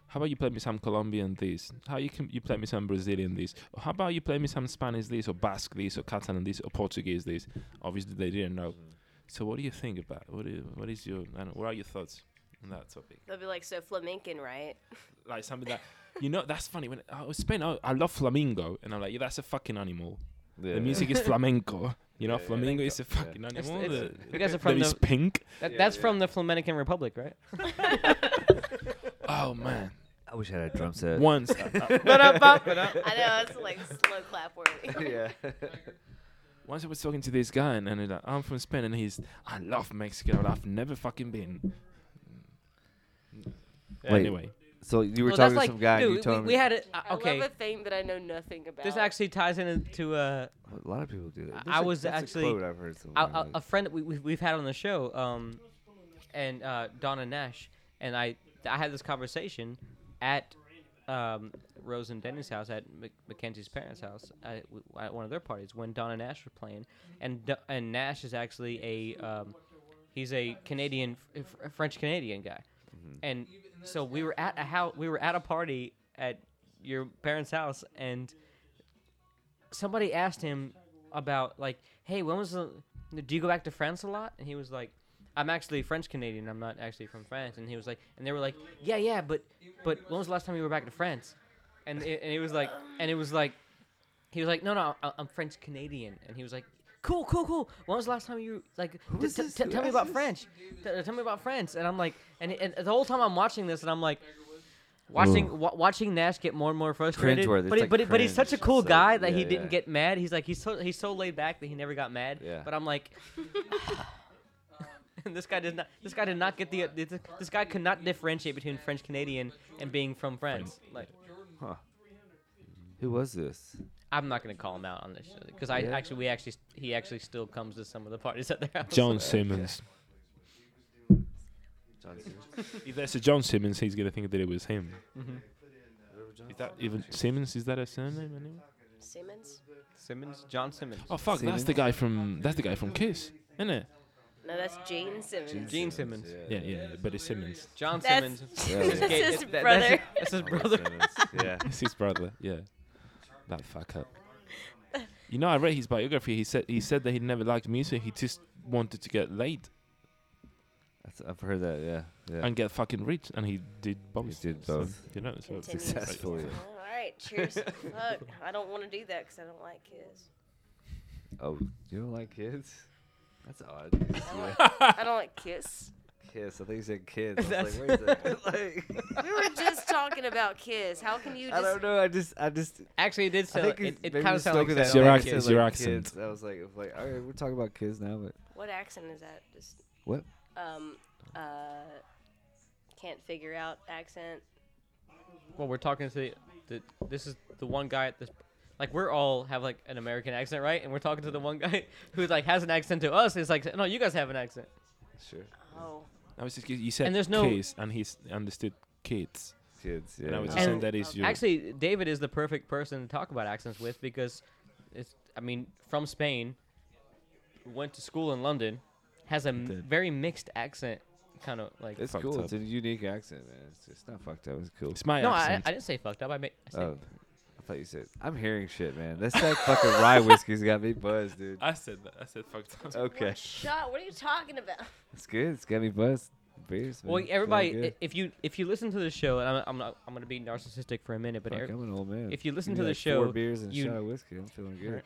How about you play me some Colombian this? How you can you play me some Brazilian this? Or how about you play me some Spanish this, or Basque this, or Catalan this, or Portuguese this?" Obviously, they didn't know. So what do you think about? What do you, what is your? I don't know, what are your thoughts on that topic?
They'll be like, so flamencan, right?
like something that you know that's funny when I was Spain I, I love flamingo and I'm like yeah that's a fucking animal the music is flamenco you know
Yeah, yeah.
flamingo is a
Yeah.
fucking
It's-
animal
it's-
The-
you guys are
there
from
is
the.
pink
That,
Yeah,
that's
yeah.
from the Dominican Republic, right?
oh man
I wish I had a drum set.
once I, I-
I know it's like slow clap worthy.
yeah.
once I was talking to this guy and, and he's like, I'm from Spain and he's I love Mexico but I've never fucking been
Wait.
anyway
So you were
Well, that's
talking
like-
to some guy
dude,
and you told
we,
him
we had it.
I
Uh,
love
okay,
a thing that I know nothing about.
this actually ties into uh,
a lot of people do that.
I-
There's
I
a-
was
that's a
actually-
quote I've heard
a,
somewhere,
a,
like-
a friend that we, we've, we've had on the show, um, and uh, Donna Nash, and I. I had this conversation at um, Rose and Denny's house at Mc- Mackenzie's parents' house at, w- at one of their parties when Donna Nash was playing, and Do- and Nash is actually a um, he's a Canadian French Canadian guy, and so we were at a house we were at a party at your parents' house and somebody asked him about like hey when was the do you go back to France a lot and he was like I'm actually French Canadian I'm not actually from France and he was like and they were like yeah yeah but but when was the last time you were back to France and it, and he was like and it was like he was like no no I- I'm French Canadian and he was like cool cool cool when was the last time you like t-
is
t-
this?
t-
Who
tell me
asked
about
this?
French T- tell me about France and I'm like and, and the whole time I'm watching this and I'm like watching wa- watching Nash get more and more frustrated.
Cringeworthy. It's
But he,
like
but, he, but he's
cringe.
such a cool
So,
guy that he
yeah,
didn't
yeah.
get mad. He's like he's so he's so laid back that he never got mad.
Yeah.
But I'm like. this guy does not. This guy did not get the. Uh, this, this guy could not differentiate between French Canadian and being from France. Like,
Who was this?
I'm not gonna call him out on this because I
Yeah.
actually we actually he actually still comes to some of the parties at their house.
John Simmons
John Simmons.
if there's a John Simmons he's gonna think that it was him is that even Simmons is that a surname anyway
Simmons?
Simmons, John Simmons,
oh fuck that's
Simmons.
the guy from that's the guy from Kiss isn't it
No, that's Jane Simmons.
Gene Simmons,
yeah yeah, yeah but it's Simmons
John
That's-
Simmons.
Yeah,
It's
yeah.
gay-
That's his
it- that- that's his-
brother.
That's his
John
brother.
Simmons. Yeah.
It's his brother. Yeah, that fucker. You know, I read his biography. He said he said that he never liked music. He just wanted to get laid
That's, I've heard that. Yeah. Yeah.
and get fucking rich, and he did both.
did
So,
both.
you know, so
Continues.
Successfully.
All right, cheers. Fuck, I don't want to do that because I don't like kids.
Oh, you don't like kids? That's odd.
I don't like kiss.
Kiss. I think you said kids. I was like, wait a second. like,
We were just talking about kiss. How can you
I
just
don't know. I just, I just,
Actually, it did
I
sound.
think
It,
it's
it
maybe
kind of
just
sounded like
spoken
that.
It's
that
your
way,
accent,
kids,
it's your
like
accent.
kids. I was like, I was like, all right, we're talking about kids now, but
What accent is that? Just
What?
Um, uh, can't figure out accent.
Well, we're talking to the, the. This is the one guy at this. Like we're all have like an American accent, right? And we're talking to the one guy who like has an accent to us. It's like, no, you guys have an accent.
sure,
Oh,
I was just you said
And there's no-
Kiss, and he's understood kids,
kids. Yeah.
and I was
no.
just saying
And
that is your
Actually, David is the perfect person to talk about accents with because, it's. I mean, from Spain, went to school in London, has a m-
Did.
very mixed accent, kind of like.
it's
fucked
cool.
up.
It's a unique accent, man. It's, it's not fucked up. It's cool.
It's my
no, I,
accent.
I didn't say fucked up. I, ma- I said
Oh, I thought you said. I'm hearing shit, man. That's that fucking rye whiskey's got me buzzed, dude.
I, said that. I said fucked up.
Okay,
shot. What are you talking about?
it's good. It's got me buzzed. Beers, man.
Well,
It's all
everybody,
good.
i- if you if you listen to the show, and I'm I'm, not, I'm gonna be narcissistic for a minute, but
Fuck,
every-
I'm an old man.
if you listen
Give
to
me
the
like
show,
four beers and a
you-
shot of whiskey. I'm feeling good.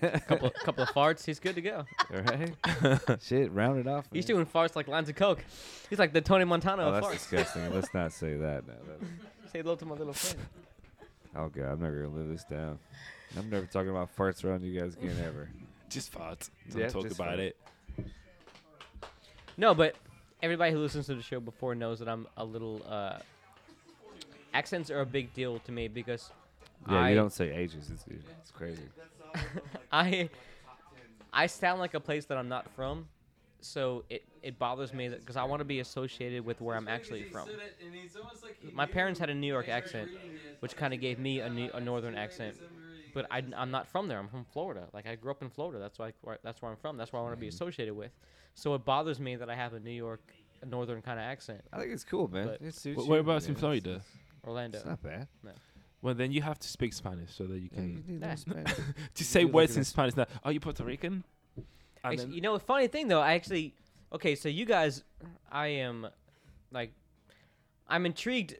a couple couple of farts, he's good to go.
All right. Shit, round it off.
He's
man.
doing farts like lines of coke. He's like the Tony Montana
Oh,
of
that's
farts.
disgusting. Let's not say that. Now. That's,
Say hello to my little friend.
oh god, I'm never gonna live this down. I'm never talking about farts around you guys again ever.
Just fart. Don't
Yeah,
talk
just
about
fart.
it.
No, but everybody who listens to the show before knows that I'm a little. Uh, accents are a big deal to me because
Yeah,
I
you don't say ages. It's, it's crazy.
I I sound like a place that I'm not from, so it it bothers me because I want to be associated with where I'm actually from. My parents had a New York accent, which kind of gave me a, new, a northern accent. But I, am not from there. I'm from Florida. Like I grew up in Florida. That's why where- that's where I'm from. That's where I want to be associated with. So it bothers me that I have a New York, a northern kind of accent.
I think it's cool, man.
But-
It suits
Wh-
you,
whereabouts in
man.
Florida?
Orlando.
It's not bad.
Well, then you have to speak Spanish so that you
Yeah, you
can
need
Yeah.
that Spanish.
to say
Mm. you're
words
looking
in
at-
Spanish. Now, are you Puerto Rican? And
Actu-
then-
you know, a funny thing though, I actually okay. So you guys, I am like, I'm intrigued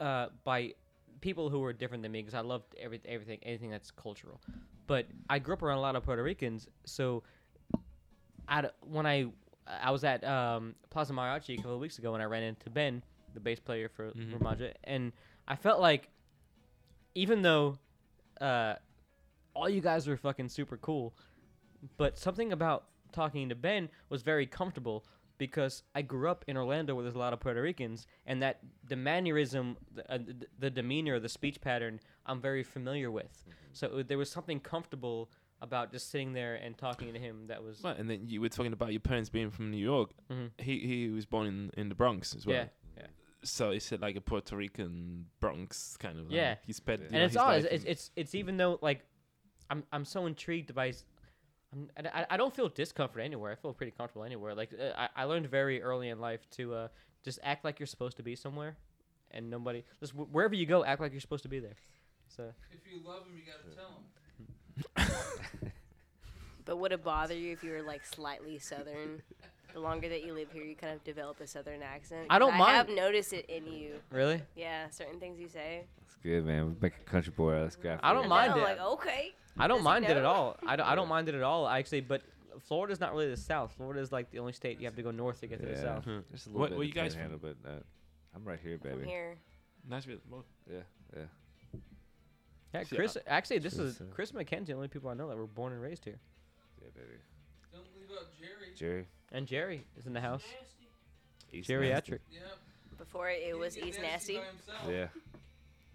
uh, by people who are different than me because I love every, everything, anything that's cultural. But I grew up around a lot of Puerto Ricans, so I d- when I I was at um, Plaza Mariachi a couple of weeks ago, and I ran into Ben, the bass player for
Mhm.
Ramaja, and I felt like even though uh, all you guys were fucking super cool, but something about talking to Ben was very comfortable because I grew up in Orlando where there's a lot of Puerto Ricans, and that the mannerism, the, uh, the, the demeanor, the speech pattern, I'm very familiar
Mm-hmm.
with. So uh, there was something comfortable about just sitting there and talking to him that was
Right, and then you were talking about your parents being from New York.
Mhm.
He he was born in, in the Bronx as well.
yeah.
So it's uh, like a Puerto Rican Bronx kind of. like,
Yeah.
he spent.
And
you
and
know,
it's
his
odd. It's,
life
it's
in-
it's it's even though like I'm I'm so intrigued by. s- I'm, and I, I don't feel discomfort anywhere. I feel pretty comfortable anywhere. Like uh, I, I learned very early in life to uh, just act like you're supposed to be somewhere, and nobody just wh- wherever you go, act like you're supposed to be there. So
If you love him, you gotta tell him.
But would it bother you if you were like slightly southern? The longer that you live here, you kind of develop a southern accent.
I don't
'Cause I have noticed it in you.
really,
Yeah, certain things you say.
It's good, man. We make a country boy out of this guy.
I don't
And then
mind
I'm
it.
like, okay.
I don't
Does he
mind it at
know?
all. I don't, I don't mind it at all actually. But Florida's not really the South. Florida's like the only state you have to go north to get to the
Yeah.
South.
Hmm.
Just a little
What-
bit
what
of
you guys
panhandle, but not. I'm right here,
From
baby.
here.
Nashville. well,
Yeah, yeah.
Yeah,
See,
Chris. Actually, this
Sure,
is
sir.
Chris McKenzie. The only people I know that were born and raised here.
Yeah, baby.
Don't leave out Jerry.
Jerry.
And Jerry is in the house.
East
Geriatric.
Yeah.
Before it, it was East Nasty.
Nashville. Yeah.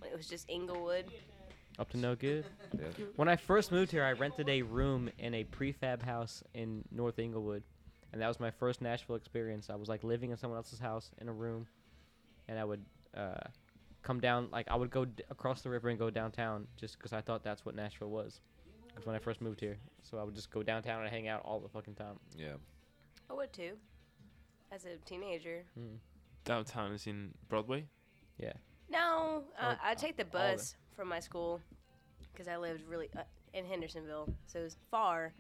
It was just Inglewood.
Up to no good.
Yeah.
When I first moved here, I rented a room in a prefab house in North Inglewood, and that was my first Nashville experience. I was like living in someone else's house in a room, and I would uh, come down like I would go d- across the river and go downtown just because I thought that's what Nashville was. Because when I first moved here, so I would just go downtown and hang out all the fucking time.
Yeah.
I would too. As a teenager.
downtown is in Broadway.
No, uh,
Or,
I
uh,
take the
all of it.
bus from my school because I lived really uh, in Hendersonville, so it was far.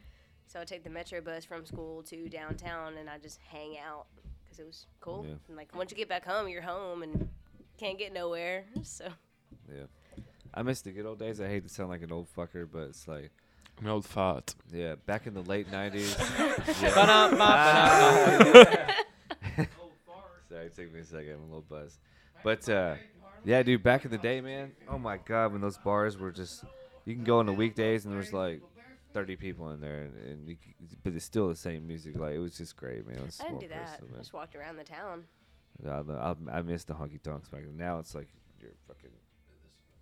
So I take the metro bus from school to downtown, and I just hang out because it was cool.
Yeah.
And like once you get back home, you're home and can't get nowhere. So
I miss the good old days. I hate to sound like an old fucker, but it's like,
I'm an old fart.
yeah, back in the late '90s.
Ba-dum, ba-dum, ba-dum.
Sorry, it took me a second. I'm a little buzzed. But uh, yeah, dude, back in the day, man. Oh my god, when those bars were just, you can go on the weekdays and there's like 30 people in there, and, and you, c- but it's still the same music. Like it was just great, man. I, was a
I
small
didn't do that.
person, man.
I just walked around the town.
I lo- I, I miss the honky tonks back then. Now it's like you're fucking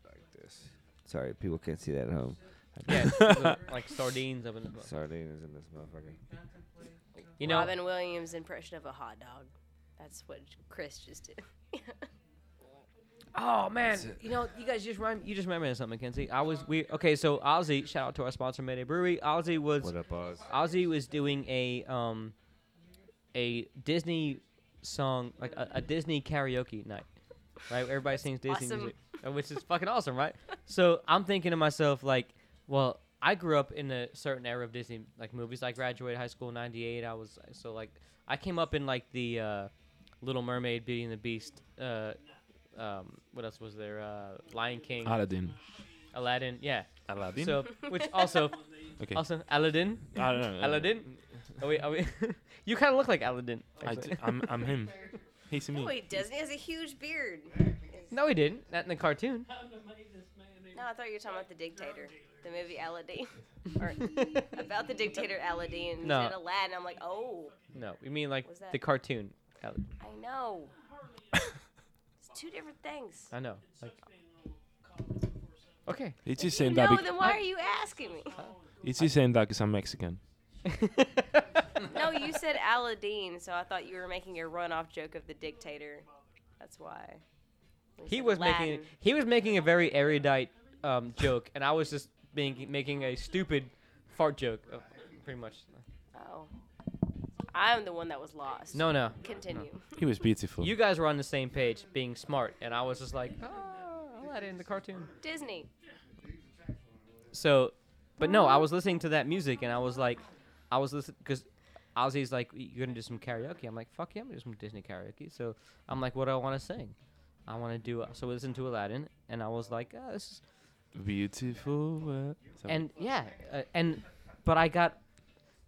like this. Sorry, people can't see that at home.
yeah, the- like sardines up in the.
Sardines in this motherfucker.
You know,
Robin Williams' impression of a hot dog. That's what Chris just did.
Oh man, you know, you guys just remind you just remember something, Kenzie. I was we okay. So Ozzy, shout out to our sponsor Mayday Brewery. Ozzy was
What up, Oz?
Ozzy was doing a um a Disney song like a, a Disney karaoke night, right? Everybody sings Disney
awesome.
music, uh, which is fucking awesome, right? So I'm thinking to myself like, well, I grew up in a certain era of Disney like movies. I graduated high school in '98. I was so like I came up in like the uh, Little Mermaid, Beauty and the Beast. Uh, um, what else was there? Uh, Lion King,
Aladdin.
Aladdin. Yeah.
Aladdin.
So which also
okay.
also Aladdin.
I don't know.
Aladdin? Are we, are we you kind of look like Aladdin.
I
actually.
am I'm him. He's
Hmm.
me.
No, he doesn't. He has a huge beard.
No, he didn't. Not in the cartoon.
No, I thought you were talking about the dictator, the movie Aladdin, or about the dictator
No.
Aladdin. No. He said Aladdin. I'm like, oh,
No, you mean like
Was that-
the cartoon. Aladdin.
I know. it's two different things.
I know. Like, okay.
He's just
You
saying that.
know,
bec-
then why are you asking me?
he's just saying that 'cause I'm Mexican.
No, you said Aladdin, so I thought you were making a runoff joke of the dictator. That's why. You
He
said
was making
Aladdin.
he was making a very erudite um, joke, and I was just being making a stupid fart joke, uh, pretty much.
Oh, I'm the one that was lost.
No, no,
Continue.
He was beautiful.
you guys were on the same page, being smart, and I was just like, oh, Aladdin the cartoon.
Disney.
So, but no, I was listening to that music, and I was like, I was listening because. Ozzy's like, you're gonna do some karaoke. I'm like, fuck yeah, I'm gonna do some Disney karaoke. So I'm like, what do I want to sing? I want to do. So I listened to Aladdin, and I was like, ah, this is
beautiful. world. Sorry.
and yeah, uh, and but I got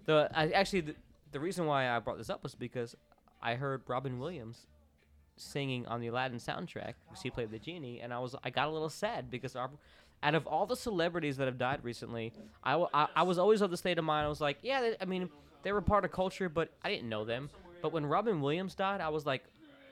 the I actually the, the reason why I brought this up was because I heard Robin Williams singing on the Aladdin soundtrack. 'cause He played the genie, and I was I got a little sad because I, out of all the celebrities that have died recently, I, wa- I, I was always of the state of mind. I was like, yeah, they, I mean they were part of culture, but I didn't know them. But when Robin Williams died, I was like.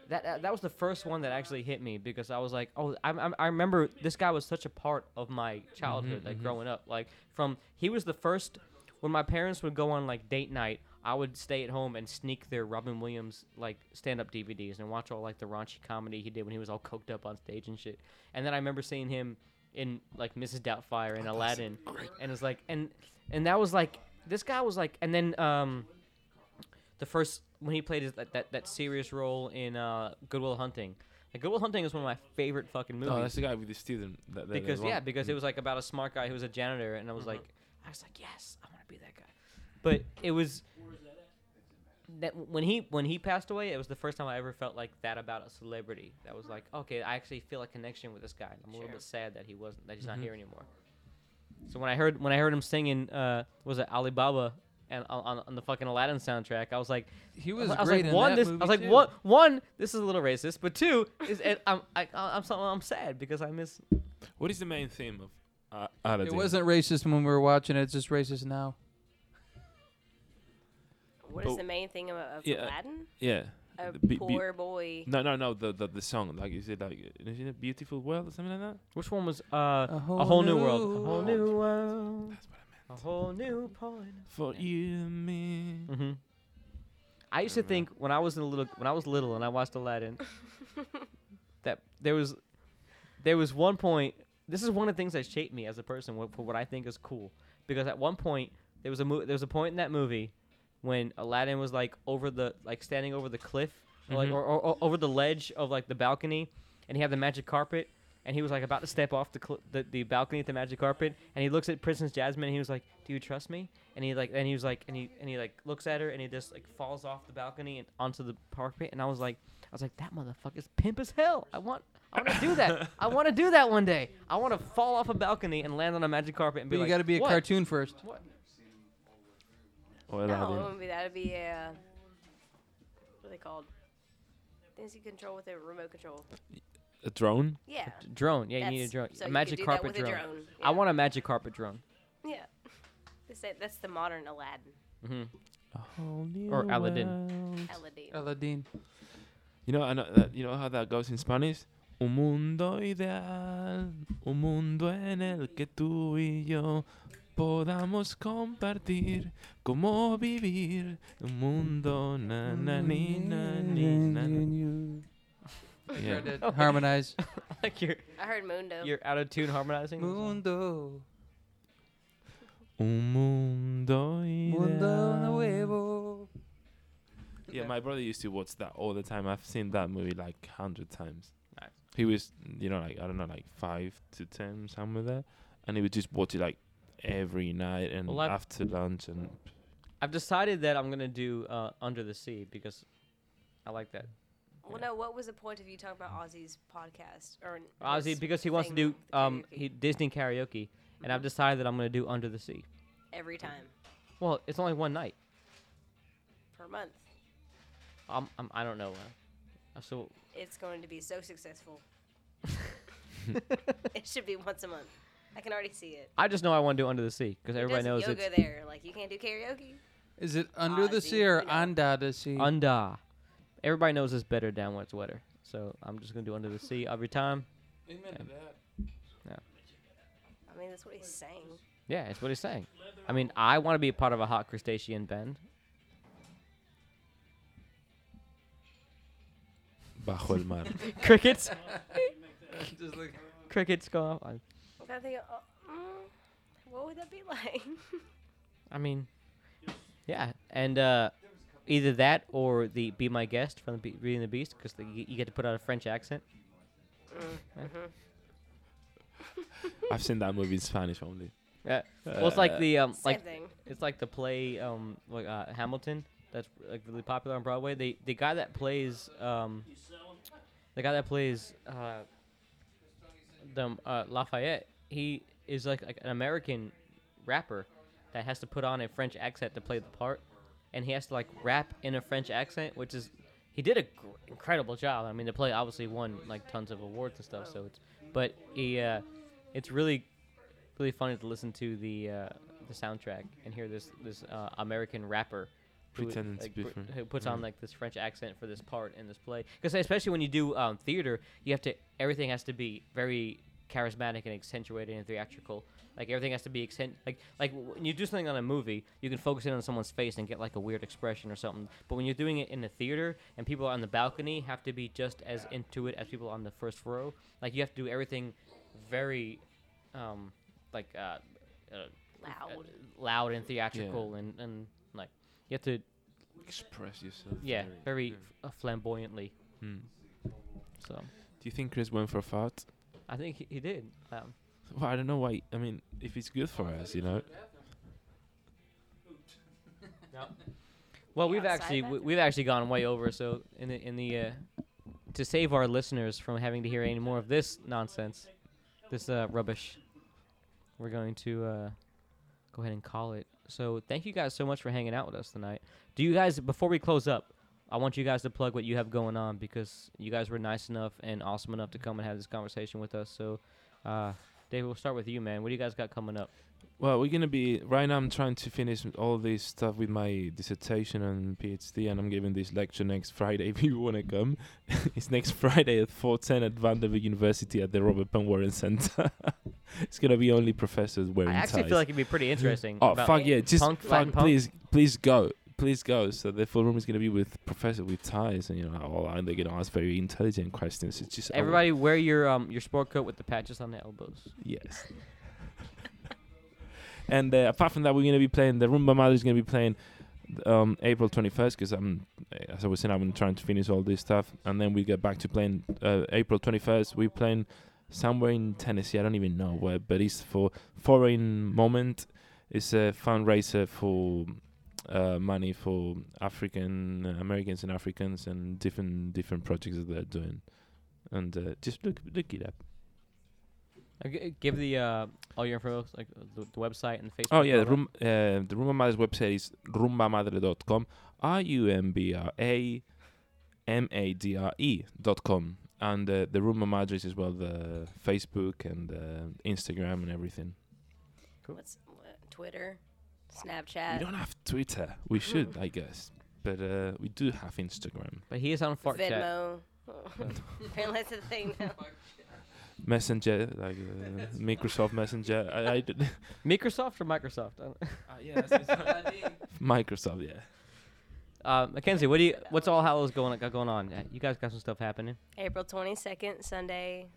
That, that, that was the first one that actually hit me because I was like, oh, I, I, I remember this guy was such a part of my childhood, like growing up. Like from he was the first when my parents would go on like date night, I would stay at home and sneak their Robin Williams like stand up DVDs and watch all like the raunchy comedy he did when he was all coked up on stage and shit. And then I remember seeing him in like Mrs. Doubtfire and Aladdin, and it's like and and that was like this guy was like and then um the first when he played his, that, that that serious role in uh Goodwill Hunting. Like Goodwill Hunting is one of my favorite fucking movies
oh, that's the guy with the student. That, that- that
because
one. Mm-hmm.
yeah, because it was like about a smart guy who was a janitor, and I was like, I was like, yes, I want to be that guy. But it was that when he when he passed away, it was the first time I ever felt like that about a celebrity. That was like, okay, I actually feel a connection with this guy. I'm a little bit sad that he wasn't that he's
Mm-hmm.
not here anymore. So when I heard when I heard him singing, uh, was it Alibaba? And on- on, on the fucking Aladdin soundtrack, I was like,
He was
I was like,
great in
one,
that
this,
movie
I was like,
too.
what? One, this is a little racist, but two, is it, I'm I, I'm so- I'm sad because I miss
What is the main theme of uh, Aladdin?
It wasn't racist when we were watching it. It's just racist now.
What is
But-
the main thing of, of
Yeah.
Aladdin?
Yeah.
A
The be- be-
poor boy.
No, no, no. The, the the song. Like, is it like is it a beautiful world or something like that?
Which one was uh, a whole, new, world? A whole new world.
That's what I meant.
A whole new point.
For you and me.
Mm-hmm. I used to think when I was in a little when I was little and I watched Aladdin that there was there was one point this is one of the things that shaped me as a person what, for what I think is cool because at one point there was a mo- there was a point in that movie when Aladdin was like over the like standing over the cliff or, like
Mhm.
Mm-hmm.
or, or, or over the ledge of like the balcony and he had the magic carpet and he was like about to step off the, cl- the the balcony at the magic carpet and he looks at Princess Jasmine and he was like do you trust me and he like and he was like and he and he like looks at her and he just like falls off the balcony and onto the carpet and I was like I was like that motherfucker's pimp as hell I want I want to do that I want to do that one day I want to fall off a balcony and land on a magic carpet and
But
be
you
like
got to be a
"What?"
cartoon first.
Or
No, it
Aladdin.
wouldn't be that. It'd be a. What are they called? Things you control with a remote control.
A drone.
Yeah.
drone yeah you need a
that's-
drone a
so you could
magic
do that
carpet
with a
drone,
drone,
I
yeah.
want a magic carpet drone
Yeah. That's, it- that's the modern Aladdin.
or Aladdin
Aladdin.
Aladdin.
You know, I know that, you know how that goes in Spanish. Un mundo ideal, un mundo en el que tú y yo podamos compartir cómo vivir un mundo na na ni na ni na. na. Yeah.
Tried to harmonize.
like you're
I heard Mundo.
you're out of tune harmonizing
Mundo,
Un mundo
mundo
ideal.
nuevo.
Yeah, my brother used to watch that all the time. I've seen that movie like hundred times.
Nice.
He was, you know, like I don't know, like five to ten somewhere there, and he would just watch it like every night and
Well, I've-
after lunch and
I've decided that I'm gonna do uh, Under the Sea because I like that
Well, no, what was the point of you talking about Ozzy's podcast? Or n- his
Ozzy because he wants to
thing,
do um
karaoke, Mm-hmm.
he, Disney karaoke, and I've decided that I'm gonna do Under the Sea.
every time
Well, it's only one night.
per month.
Um, I'm, I don't know. Uh, so
It's going to be so successful. it should be once a month. I can already see it.
I just know I want to do Under the Sea because everybody
Does
knows
yoga
it's
there. Like you can't do karaoke.
Is it under the
Ozzy,
sea or
you know.
under the sea?
under. Everybody knows it's better down when it's wetter. So I'm just gonna do Under the Sea every time.
I mean, that's what he's saying.
Yeah, it's what he's saying. I mean, I want to be a part of a hot crustacean band.
bajo el mar.
Crickets.
Just like,
Crickets go off. I,
I think, uh, mm, what would that be like?
I mean, yeah. And uh, either that or the Be My Guest from the Be- Beauty and the Beast because you you get to put on a French accent.
I've seen that movie in Spanish only.
Yeah. well, it's like
Uh,
the um,
Same
like
thing.
It's like the play, um, like uh, Hamilton. That's like really popular on Broadway. They the guy that plays, um, the guy that plays, uh, the uh, Lafayette. He is like, like an American rapper that has to put on a French accent to play the part, and he has to like rap in a French accent, which is he did a gr- incredible job. I mean, the play obviously won like tons of awards and stuff. So it's but he, uh, it's really really funny to listen to the uh, the soundtrack and hear this this uh, American rapper who,
Pretending to
like,
be
br-
French.
who puts
Yeah.
on like this French accent for this part in this play. Because especially when you do um, theater, you have to everything has to be very charismatic and accentuated and theatrical. Like everything has to be accent like like w- when you do something on a movie, you can focus in on someone's face and get like a weird expression or something. But when you're doing it in a theater and people on the balcony have to be just as into it as people on the first row, like you have to do everything very um like uh, uh
Loud.
loud and theatrical and and like you have to
Express yourself.
yeah very
yeah.
f- uh, flamboyantly
Hmm.
so
Do you think Chris went for fart?
i think he, he did um
Well, I don't know why. I mean, if it's good for us, you know.
well
Yeah,
we've
side
actually we,
bathroom.
we've actually gone way over so in the in the uh to save our listeners from having to hear any more of this nonsense this uh rubbish we're going to uh go ahead and call it so thank you guys so much for hanging out with us tonight do you guys before we close up I want you guys to plug what you have going on because you guys were nice enough and awesome enough to come and have this conversation with us. So, uh, Dave, we'll start with you, man. What do you guys got coming up?
Well, we're gonna be right now. I'm trying to finish with all this stuff with my dissertation and PhD, and I'm giving this lecture next Friday. If you wanna come, it's next Friday at 4:10 at Vanderbilt University at the Robert Penn Warren Center. it's gonna be only professors wearing
I actually
ties.
feel like it'd be pretty interesting.
oh
about-
fuck yeah! Just
punk, Latin
fuck,
punk?
please, please go, please go. So the full room is gonna be with professors with ties, and you know, oh, and they're gonna ask very intelligent questions. It's just oh,
Everybody, wear your um your sport coat with the patches on the elbows.
Yes. and uh, apart from that, we're gonna be playing. The Roomba Mother is gonna be playing um, April 21st because I'm, as I was saying, I'm trying to finish all this stuff, and then we get back to playing uh, April 21st. We're playing somewhere in Tennessee. I don't even know where, but it's for Foreign Moment. It's a fundraiser for uh, money for African uh, Americans and Africans and different different projects that they're doing. And uh, just look look it up.
Uh, g- give the uh all your info like uh, the, the website and Facebook.
Oh yeah, the,
and all
room, uh, the Rumba Madre's website is rumbamadre.com, r u m b r a m a d r e dot com, and uh, the Rumba Madres as well, the Facebook and uh, Instagram and everything.
What's what, Twitter,
Uh,
We
Snapchat,
don't have Twitter.
Hmm.
We should, I guess, but uh, we do have Instagram,
that. But he is on fart chat.
Venmo. Apparently that's a thing now.
Messenger, like uh, Microsoft Messenger. I, I did-
Microsoft or Microsoft? I don't-
Microsoft, yeah.
Uh, Mackenzie, what do you? What's all Hallows going got going on? Uh, You guys got some stuff happening.
April 22nd, Sunday,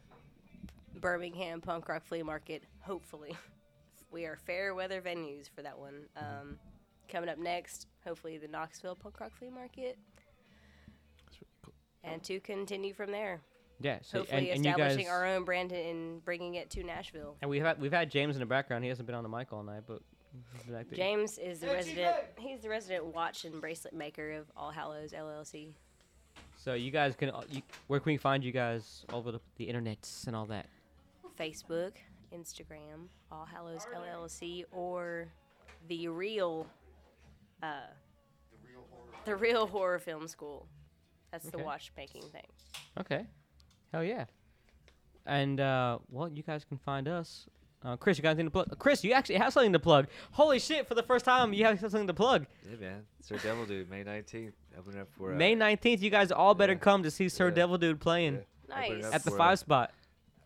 Birmingham Punk Rock Flea Market, hopefully. We are fair weather venues for that one. Um, coming up next, hopefully, the Knoxville Punk Rock Flea Market. And to continue from there,
Yeah. So and,
hopefully
and you
establishing
guys.
our own brand and bringing it to Nashville.
and we've had we've had James in the background. He hasn't been on the mic all night, but he's been active.
James is the resident. He's the resident watch and bracelet maker of All Hallows LLC.
So you guys can. uh, You, where can we find you guys all over the, the internets and all that?
Facebook, Instagram, All Hallows LLC, or the real, uh, the real horror film school. That's the
Okay.
watchmaking thing.
Okay. Hell yeah. And uh, well, you guys can find us. Uh, Chris, you got anything to plug? Chris, you actually have something to plug. Holy shit! For the first time, you have something to plug.
Yeah, man. Sir Devil Dude, May 19th. Opening up for uh,
May nineteenth, you guys all better
Yeah.
come to see Sir
Yeah.
Devil Dude playing
Opening
Nice.
up
at the
for,
Five Spot.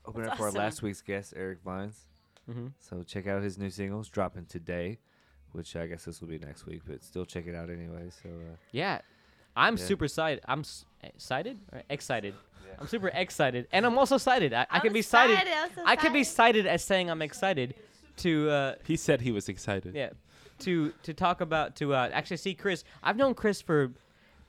Opening
That's
up for our
awesome.
last week's guest, Eric Vines.
Mm-hmm.
So check out his new singles dropping today, which I guess this will be next week, but still check it out anyway. So uh,
Yeah. I'm
Yeah.
super excited. I'm s- excited or excited. I'm super excited, and I'm also excited. I, I can be cited. I can be cited as saying I'm excited to uh,
He said he was excited.
yeah to to talk about to uh, actually see Chris. I've known Chris for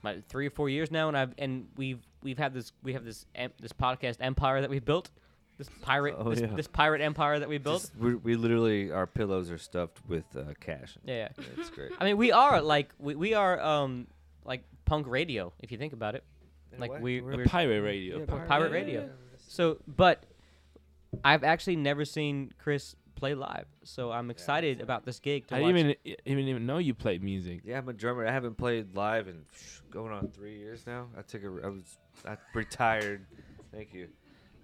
my three or four years now, and I've and we've we've had this we have this em- this podcast empire that we built. This pirate,
Oh,
this,
yeah.
this pirate empire that we built.
Just- we we literally our pillows are stuffed with uh, cash.
Yeah, yeah.
it's great.
I mean, we are like we, we are um like punk radio if you think about it. Like
what?
we
We're
we're,
Pirate radio.
we're pirate radio. So, but I've actually never seen Chris play live, so I'm excited about this gig. To
I
watch.
didn't even, I didn't even know you played music.
Yeah, I'm a drummer. I haven't played live in going on three years now. I took a, I was, I retired. Thank you.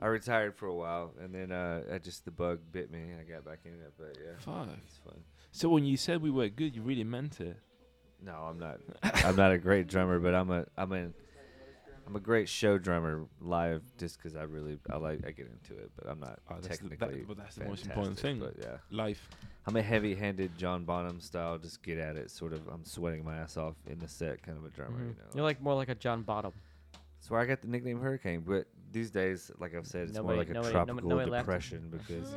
I retired for a while, and then uh, I just the bug bit me. and I got back in it, but yeah,
Fuck.
it's fun.
So when you said we were good, you really meant it.
No, I'm not. I'm not a great drummer, but I'm a, I'm a, I'm a great show drummer live, just 'cause I really, I like, I get into it, but I'm not
Oh, that's the- that-
technically.
but that's the most important
fantastic,
thing.
But yeah.
Life.
I'm a heavy-handed John Bonham style, just get at it, sort of. I'm sweating my ass off in the set, kind of a drummer.
Mm-hmm.
You know,
You're like more like a John Bottom.
That's where I got the nickname Hurricane. But these days, like I've said, it's
Nobody-
more like a
nobody- no-
tropical
nobody laughed.
depression because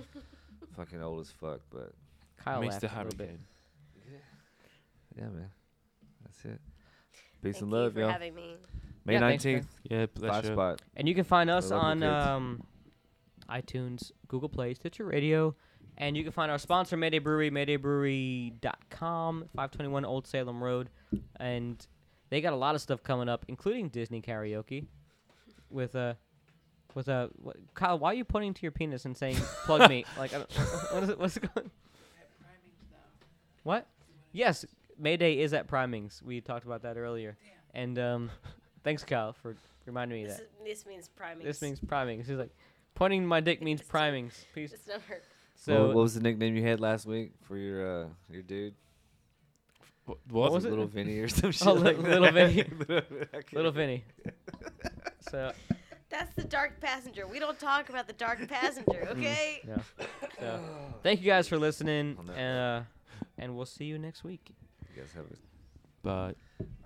fucking old as fuck. But
Kyle
Mr.
laughed a little bit.
Hurricane.
yeah, man, that's it. Peace
Thank
and
you
love,
for
y'all.
having me.
May
Yeah, thanks, man.
nineteenth,
Yeah,
five
pleasure.
spot.
And you can find us
love the
on
kids.
um, iTunes, Google Play, Stitcher Radio, and you can find our sponsor Mayday Brewery, MaydayBrewery.com, 521 Old Salem Road, and they got a lot of stuff coming up, including Disney karaoke, with a. With a what, Kyle, why are you pointing to your penis and saying "plug me"? Like, I don't, what is it? What's going? What? Yes, Mayday is at Primings. We talked about that earlier, and um, thanks, Kyle, for reminding me of
This,
that.
is- this means priming.
This means primings. He's like, pointing my dick means primings. Peace.
It's not her.
So
what was the nickname you had last week for your uh, your dude?
What,
What was
it?
it?
Little Vinny or some shit?
Oh,
like
Li- Little
that.
Vinny.
I can't-
little Vinny. so
That's the dark passenger. We don't talk about the dark
Hmm.
passenger, okay?
no. So thank you guys for listening,
On that
and uh, and we'll see you next week.
You guys have a
Bye.